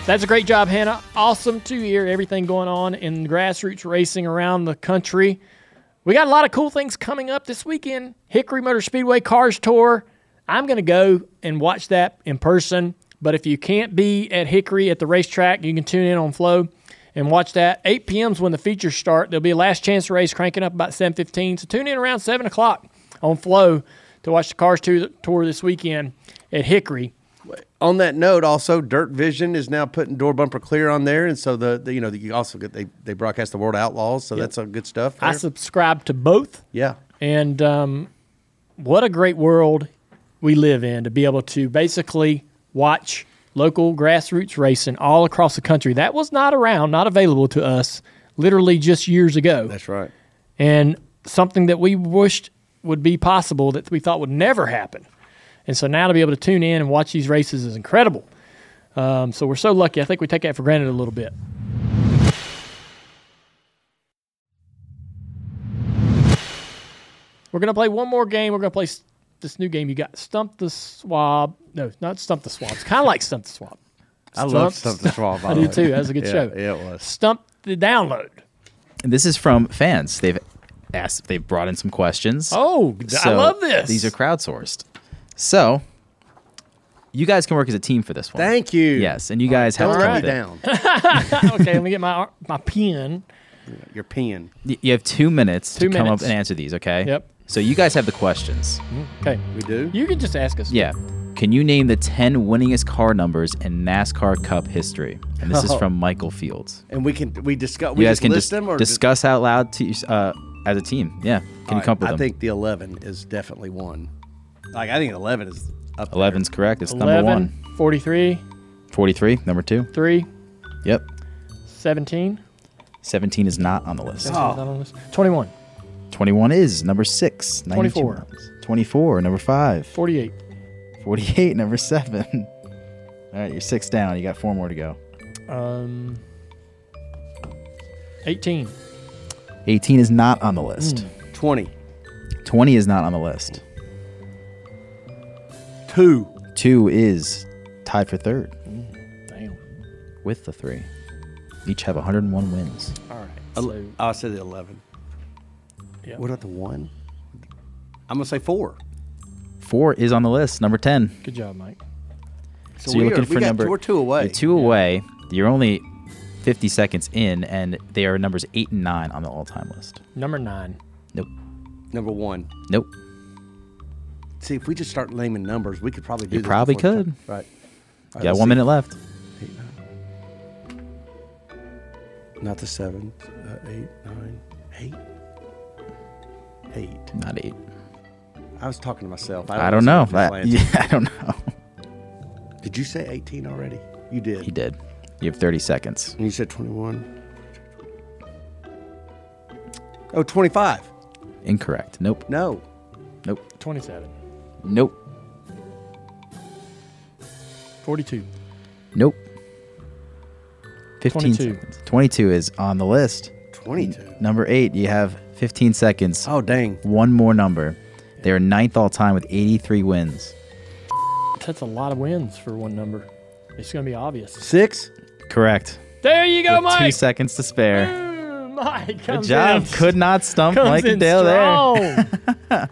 D: That's a great job, Hannah. Awesome to hear everything going on in grassroots racing around the country. We got a lot of cool things coming up this weekend. Hickory Motor Speedway Cars Tour. I'm going to go and watch that in person. But if you can't be at Hickory at the racetrack, you can tune in on Flow and watch that. 8 p.m. is when the features start. There'll be a last chance race cranking up about 7:15. So tune in around 7 o'clock on Flow to watch the Cars Tour this weekend at Hickory
E: on that note, also Dirt Vision is now putting door bumper clear on there, and so the, the you know the, you also get they they broadcast the World Outlaws, so
D: Yep.
E: that's some good stuff.
D: I
E: there.
D: subscribe to both.
E: Yeah.
D: And um, what a great world we live in to be able to basically watch local grassroots racing all across the country. That was not around, not available to us literally just years ago. That's
E: right.
D: And something that we wished would be possible that we thought would never happen. And so now to be able to tune in and watch these races is incredible. Um, so we're so lucky. I think we take that for granted a little bit. We're gonna play one more game. We're gonna play s- this new game. You got stump the swab. No, not stump the swab. It's kind of like stump the swab.
E: I love Stump the Swab, by
D: I
E: the
D: do
E: way.
D: too. That was a good
E: Yeah,
D: show.
E: yeah, it was.
D: Stump the download.
H: And this is from fans. They've asked, they've brought in some questions.
D: Oh, I love this.
H: These are crowdsourced. So you guys can work as a team for this one.
E: Thank you.
H: Yes, and you guys have
D: All
H: to come
D: right.
H: with it.
D: okay, let me get my my pen.
E: Your pen.
H: Y- You have two minutes
D: Two
H: to come
D: minutes.
H: up and answer these. Okay.
D: Yep. Mm-hmm.
H: So you guys have the questions.
D: Okay,
E: we do.
D: You can just ask us.
H: Yeah. Can you name the 10 winningest car numbers in NASCAR Cup history? And
D: Oh.
H: this is from Michael Fields.
E: And we can we discuss we
H: you guys
E: just
H: can
E: list
H: dis-
E: them or just-
H: discuss out loud to, uh, as a team. Yeah. Can
E: All
H: you
E: right,
H: come up with
E: I
H: them?
E: think the eleven is definitely one. Like I think eleven is up.
H: 11's correct. It's number
D: 11,
H: one.
D: 43,
H: 43, number two.
D: 3,
H: Yep.
D: 17.
H: 17 is not on the list.
D: 17 is not on this. 21,
H: 21 is number six. 92
D: 24.
H: miles. 24, number five.
D: 48.
H: 48, number seven. All right, you're six down. You got four more to go.
D: Um, 18.
H: 18 is not on the list.
E: Twenty.
H: 20 is not on the list.
E: Two.
H: Two is tied for third
D: Damn.
H: with the three. Each have 101 wins.
D: All right.
E: Ele- I'll say the 11.
D: Yeah.
E: What about the one? I'm going to say four.
H: Four is on the list, number 10.
D: Good job, Mike.
H: So,
E: So we
H: you're
E: are-
H: looking
E: we
H: for
E: got-
H: number.
E: we're two away.
H: You're two away. You're only 50 seconds in, and they are numbers eight and nine on the all-time list.
D: Number nine.
H: Nope.
E: Number one.
H: Nope.
E: See, if we just start naming numbers, we could probably do
H: You
E: this
H: probably
E: before the
H: could.
E: top. Right.
H: You got one minute left.
E: left. Not the seven. Uh, eight, nine, eight. Eight.
H: Not eight.
E: I was talking to myself.
H: I don't know.
E: if that's
H: I-
E: landing.
H: yeah, I don't know.
E: Did you say 18 already? You did.
H: He did. You have 30 seconds.
E: And you said 21. Oh, 25.
H: Incorrect. Nope.
E: No.
H: Nope.
D: 27.
H: Nope.
D: 42.
H: Nope. 15
D: 22.
H: seconds. 22 is on the list.
E: 22.
H: Number eight, you have 15 seconds.
E: Oh, dang.
H: One more number. They are ninth all time with 83 wins.
D: That's a lot of wins for one number. It's going to be obvious.
E: Six?
H: Correct.
D: There you go,
H: With Two
D: Mike.
H: seconds to spare.
D: Mike
H: Good
D: comes
H: job.
D: in.
H: Could not stump
D: comes
H: Mike
D: in
H: and Dale there.
D: strong.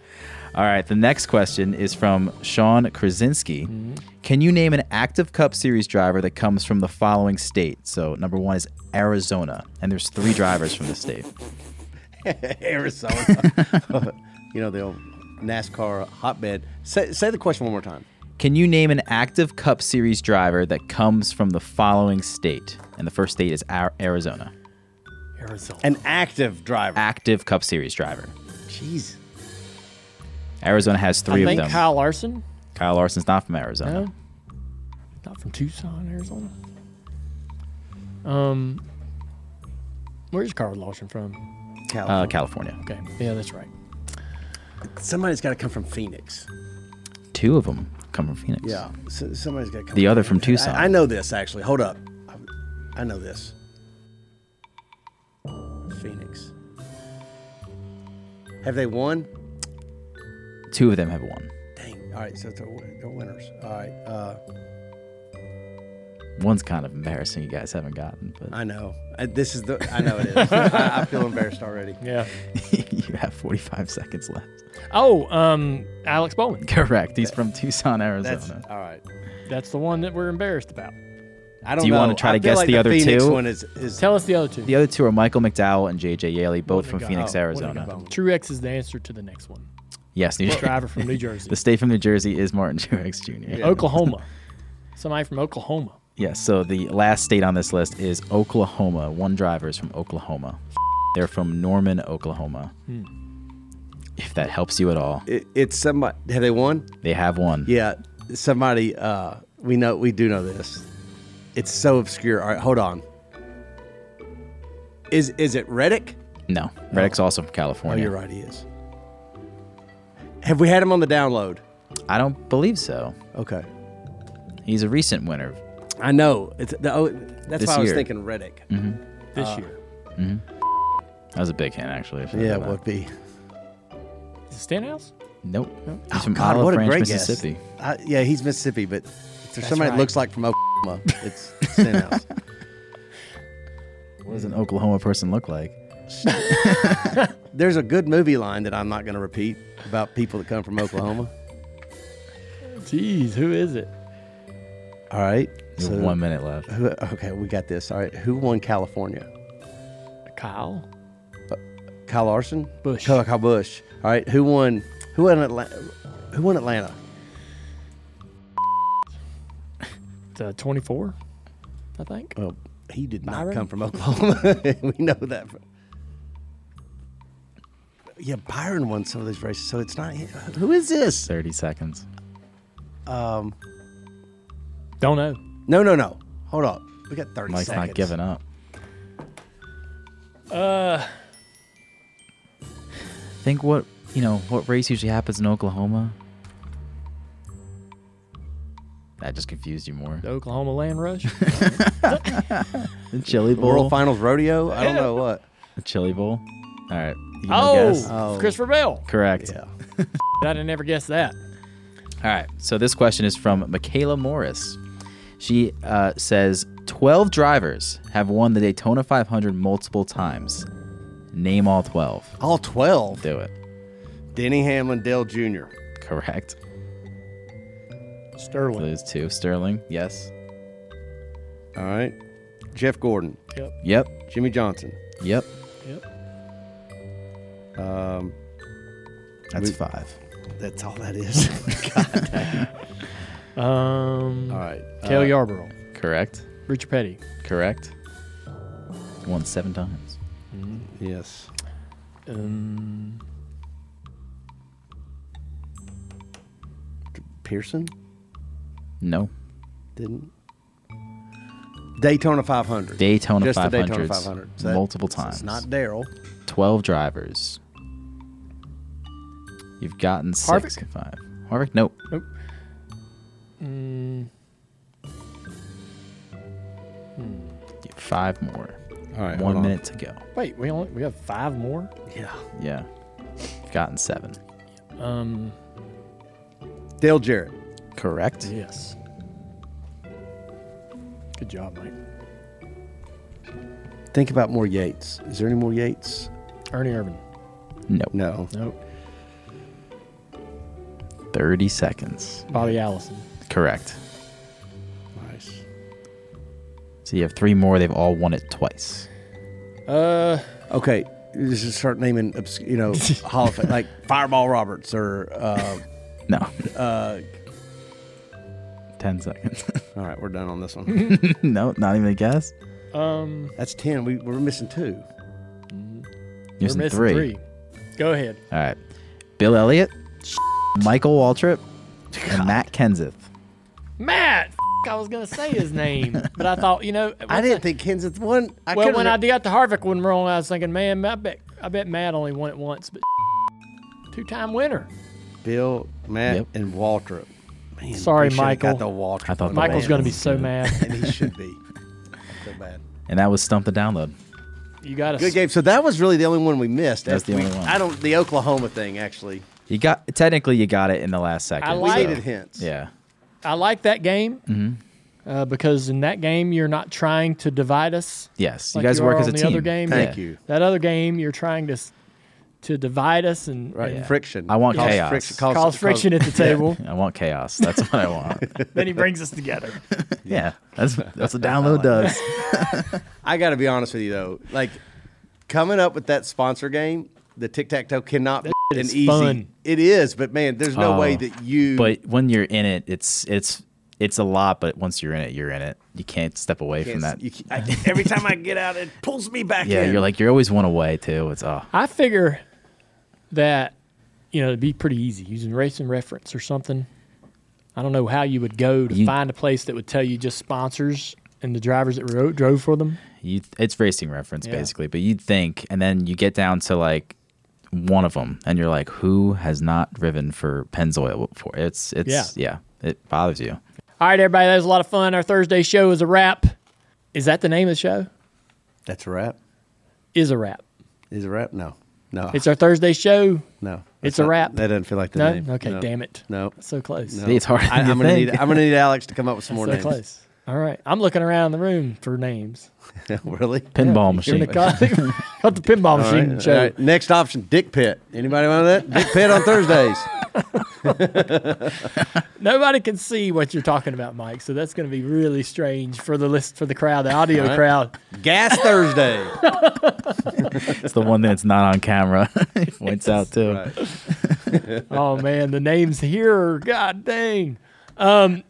H: All right, the next question is from Sean Krasinski.
D: Mm-hmm.
H: Can you name an active Cup Series driver that comes from the following state? So, number one is Arizona, and there's three drivers from the state.
E: Arizona. you know, the old NASCAR hotbed. Say, say the question one more time.
H: Can you name an active Cup Series driver that comes from the following state? And the first state is Ar- Arizona.
D: Arizona.
E: An active driver.
H: Active Cup Series driver.
E: Jeez.
H: Oh, Arizona has three
D: I
H: of
D: think
H: them.
D: Kyle Larson.
H: Kyle Larson's not from Arizona.
D: No. Not from Tucson, Arizona. Um, where's Carl Lawson from?
H: Uh, California.
D: Okay, yeah, that's right.
E: Somebody's got to come from Phoenix.
H: Two of them come from Phoenix.
E: Yeah. So, somebody's got to come
H: The other from
E: Phoenix.
H: Tucson.
E: I, I know this, actually. Hold up. I, I know this. Phoenix. Have they won?
H: Two of them have won.
E: Dang. All right. So they're, win- they're winners. All right. Uh,
H: One's kind of embarrassing. You guys haven't gotten, but
E: I know. I, this is the. I know it is. I, I feel embarrassed already.
D: Yeah.
H: you have 45 seconds left.
D: Oh, um, Alex Bowman.
H: Correct. He's from Tucson,
E: That's
H: Arizona.
E: all right.
D: That's the one that we're embarrassed about.
E: I don't
H: Do you
E: know.
H: wanna try
E: I
H: to
E: feel
H: guess
E: like
H: the other
E: Phoenix
H: two?
E: One is, is
D: Tell us the other two.
H: The other two are Michael McDowell and JJ Yaley, both from Phoenix,
E: oh,
H: Arizona.
D: Truex is the answer to the next one.
H: Yes, New
D: Driver from New Jersey.
H: The state from New Jersey is Martin Truex Jr.
D: Oklahoma. Somebody from Oklahoma.
H: Yes, so the last state on this list is Oklahoma. One driver is from Oklahoma. They're from Norman, Oklahoma.
D: Hmm.
H: If that helps you at all,
E: It, it's somebody. Have they won?
H: they have one.
E: Yeah. Somebody. Uh, we know. We do know this. It's so obscure. All right. Hold on. Is is it Reddick?
H: No, Reddick's also from
E: Oh,
H: California.
E: you're right. He is. Have we had him on the download?
H: I don't believe so.
E: Okay.
H: He's a recent winner.
E: I know. It's the, oh, that's
H: This
E: why I was
H: year.
E: thinking Reddick. Uh,
H: hmm
D: This year.
H: That was a big hint, actually. if you
E: Yeah,
H: know
E: it
H: that.
E: would be.
D: Is it Stenhouse?
H: Nope.
D: No.
H: He's
E: Oh,
H: from
E: God,
H: Olive
E: what a
H: Branch,
E: great guess.
H: Mississippi.
E: I, yeah, he's Mississippi, but if there's
D: That's
E: somebody
D: right.
E: that looks like from Oklahoma, it's Stenhouse.
H: What does an Oklahoma person look like?
E: There's a good movie line that I'm not going to repeat about people that come from Oklahoma.
D: Jeez, who is it?
E: All right.
H: You have one minute left.
E: Who, okay, we got this. All right. Who won California?
D: Kyle
E: Kyle Larson?
D: Bush.
E: Kyle, Kyle Bush. All right. Who won? Who won Atlanta? Who won Atlanta?
D: Uh, 24, I think.
E: Well, he did not
D: Byron?
E: come from Oklahoma. we know that. Yeah, Byron won some of those races, so it's not. Who is this?
H: 30 seconds.
E: Um,
D: Don't know.
E: no, no, no. Hold on. We got 30
H: Mike's
E: seconds.
H: not giving up.
D: Uh,
H: Think what, you know, what race usually happens in Oklahoma? That just confused you more.
D: the Oklahoma Land Rush.
H: The Chili
E: The
H: Bowl.
E: World Finals rodeo? I don't know what.
H: The Chili Bowl. All right. You can
D: oh,
H: guess.
E: Oh.
D: Christopher Bell.
H: Correct.
E: Yeah.
D: I'd have never guessed that.
H: All right. So this question is from Michaela Morris. She uh, says 12 drivers have won the Daytona 500 multiple times. Name all 12.
E: All 12?
H: Do it.
E: Denny Hamlin Dale Jr.
H: Correct.
D: Sterling.
H: Those two. Sterling, yes.
E: All right. Jeff Gordon.
D: Yep.
H: Yep.
E: Jimmy Johnson.
H: Yep.
E: Um,
H: That's five.
E: That's all that is. God dang.
D: Um,
E: All right.
D: Cale
E: Uh,
D: Yarborough.
H: Correct.
D: Richard Petty.
H: Correct. Won seven times.
E: Yes.
D: Um,
E: Pearson
H: No.
E: didn't. Daytona 500.
H: Daytona
E: Just the
H: 500s.
E: Daytona 500. So that-
H: multiple
E: so
H: times.
E: It's not Daryl.
H: 12 drivers. You've gotten six
D: Harvick?
H: and five. Harvick, nope.
D: nope. Mm,
H: You have Five more.
E: All right, hold
H: One
E: on.
H: minute to go.
D: wait, we only we have five more.
E: Yeah.
H: Yeah. You've gotten seven.
D: Um,
E: Dale Jarrett.
H: Correct.
D: yes. Good job, Mike.
E: Think about more Yates. Is there any more Yates?
D: Ernie Irvin.
H: No.
E: No.
D: Nope.
H: 30 seconds.
D: Bobby Allison.
H: Correct.
E: Nice.
H: So you have three more. They've all won it twice.
D: Uh,
E: Okay. Let's Just start naming, obs- you know, Hall of Fame, like Fireball Roberts or. Uh,
H: No.
E: uh,
H: Ten seconds.
E: all right, we're done on this one.
H: no, not even a guess.
D: um,
E: That's 10. We, we're missing two.
H: You're
D: we're
H: missing
D: missing
H: three.
D: three. Go ahead.
H: All right. Bill Elliott, Michael Waltrip, and Matt Kenseth.
D: Matt. f- I was gonna say his name, but I thought you know.
E: I didn't think Kenseth won. I
D: well,
E: could've-
D: when I got the Harvick one wrong, I was thinking, man, I bet I bet Matt only won it once, but two-time winner.
E: Bill, Matt,
H: Yep.
E: and Waltrip. Man,
D: Sorry,
E: we should've
D: Michael.
E: Got the Waltrip.
H: I thought
E: one.
H: the
D: Michael's gonna be
H: Waltrip
D: so
H: one.
D: mad.
E: and he should be. So bad.
H: And that was Stump the Download.
D: You got
E: Good
D: to
E: game. So that was really the only one we missed.
H: That's the
E: We-
H: only one.
E: I don't. The Oklahoma thing actually.
H: You got technically you got it in the last second.
D: I
E: We
D: Like-
E: needed hints.
H: Yeah.
D: I like that game
H: Mm-hmm.
D: uh, because in that game you're not trying to divide us.
H: Yes.
D: like
H: you guys
D: are
H: work as a
D: on the
H: team.
D: Other game.
E: Thank
H: Yeah.
E: you.
D: That other game you're trying to s- to divide us and,
E: Right.
D: and
E: Friction.
H: I want
E: Cause
H: chaos.
E: Friction,
D: cause, friction at the table.
H: I want chaos. That's what I want.
D: then he brings us together.
H: yeah. That's that's what download does.
E: I got to be honest with you though. Like coming up with that sponsor game, the tic tac toe cannot be an
D: is
E: easy.
D: fun.
E: It is, but man, there's no
H: Oh.
E: way that you.
H: But when you're in it, it's it's it's a lot, but once you're in it, you're in it. You can't step away from
E: can't-
H: that.
E: you can't- I- every time I get out, it pulls me back
H: yeah,
E: in.
H: you're like you're always one away too. It's oh
D: I figure that you know it'd be pretty easy using racing reference or something. I don't know how you would go to
H: You-
D: find a place that would tell you just sponsors and the drivers that ro- drove for them.
H: you it's racing reference
D: Yeah.
H: basically, but you'd think and then you get down to like one of them and you're like who has not driven for Pennzoil before? It's it's yeah, it bothers you.
D: All right, everybody, that was a lot of fun. Our Thursday show is a wrap. Is that the name of the show?
E: That's a wrap.
D: Is a wrap.
E: Is a wrap? No, no,
D: It's our Thursday show.
E: no.
D: it's
E: That's
D: a
E: not-
D: wrap.
E: That doesn't feel like the
D: No?
E: name.
D: Okay,
E: No.
D: damn it.
E: No,
D: So close.
E: no.
H: See, it's harder
E: I,
H: than you
E: I'm gonna
H: think.
E: need. I'm gonna need Alex to come up with some more
D: So
E: names.
D: close. All right. I'm looking around the room for names.
E: really?
H: Pinball
D: You're
H: machine.
D: in the car- Got the pinball
E: All
D: machine
E: right,
D: show.
E: all right. Next option, Dick Pit. Anybody want that? Dick Pit on Thursdays.
D: Nobody can see what you're talking about, Mike. So that's going to be really strange for the list for the crowd, the audio
E: right.
D: crowd.
E: Gas Thursday.
H: It's the one that's not on camera. It points out too.
D: Oh man, the names here. are- God dang. Um,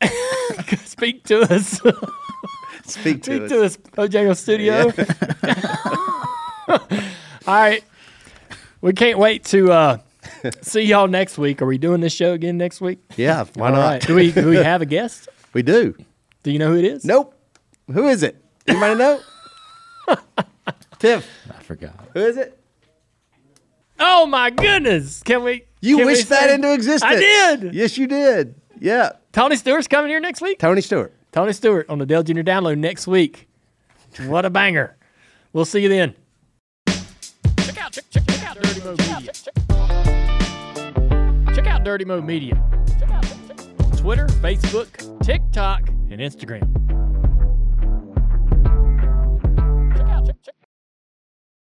D: speak to us.
E: Speak to
D: speak
E: us.
D: to us, Bojangle Studio. All right. We can't wait to uh, see y'all next week. Are we doing this show again next week?
E: Yeah, why
D: All
E: not?
D: right. Do we do we have a guest?
E: We do.
D: Do you know who it is?
E: Nope. Who is it? Anybody know? Tiff,
H: I forgot.
E: who is it?
D: Oh my goodness! Can we?
E: You
D: can we
E: wished that
D: say-
E: into existence.
D: I did.
E: Yes, you did. Yeah.
D: Tony Stewart's coming here next week.
E: Tony Stewart.
D: Tony Stewart on the Dell Junior Download next week. What a banger! We'll see you then. Check out, check, check, check out Dirty Mo Media. Check out Dirty Mo Media. Check out Twitter, Facebook, TikTok, and Instagram.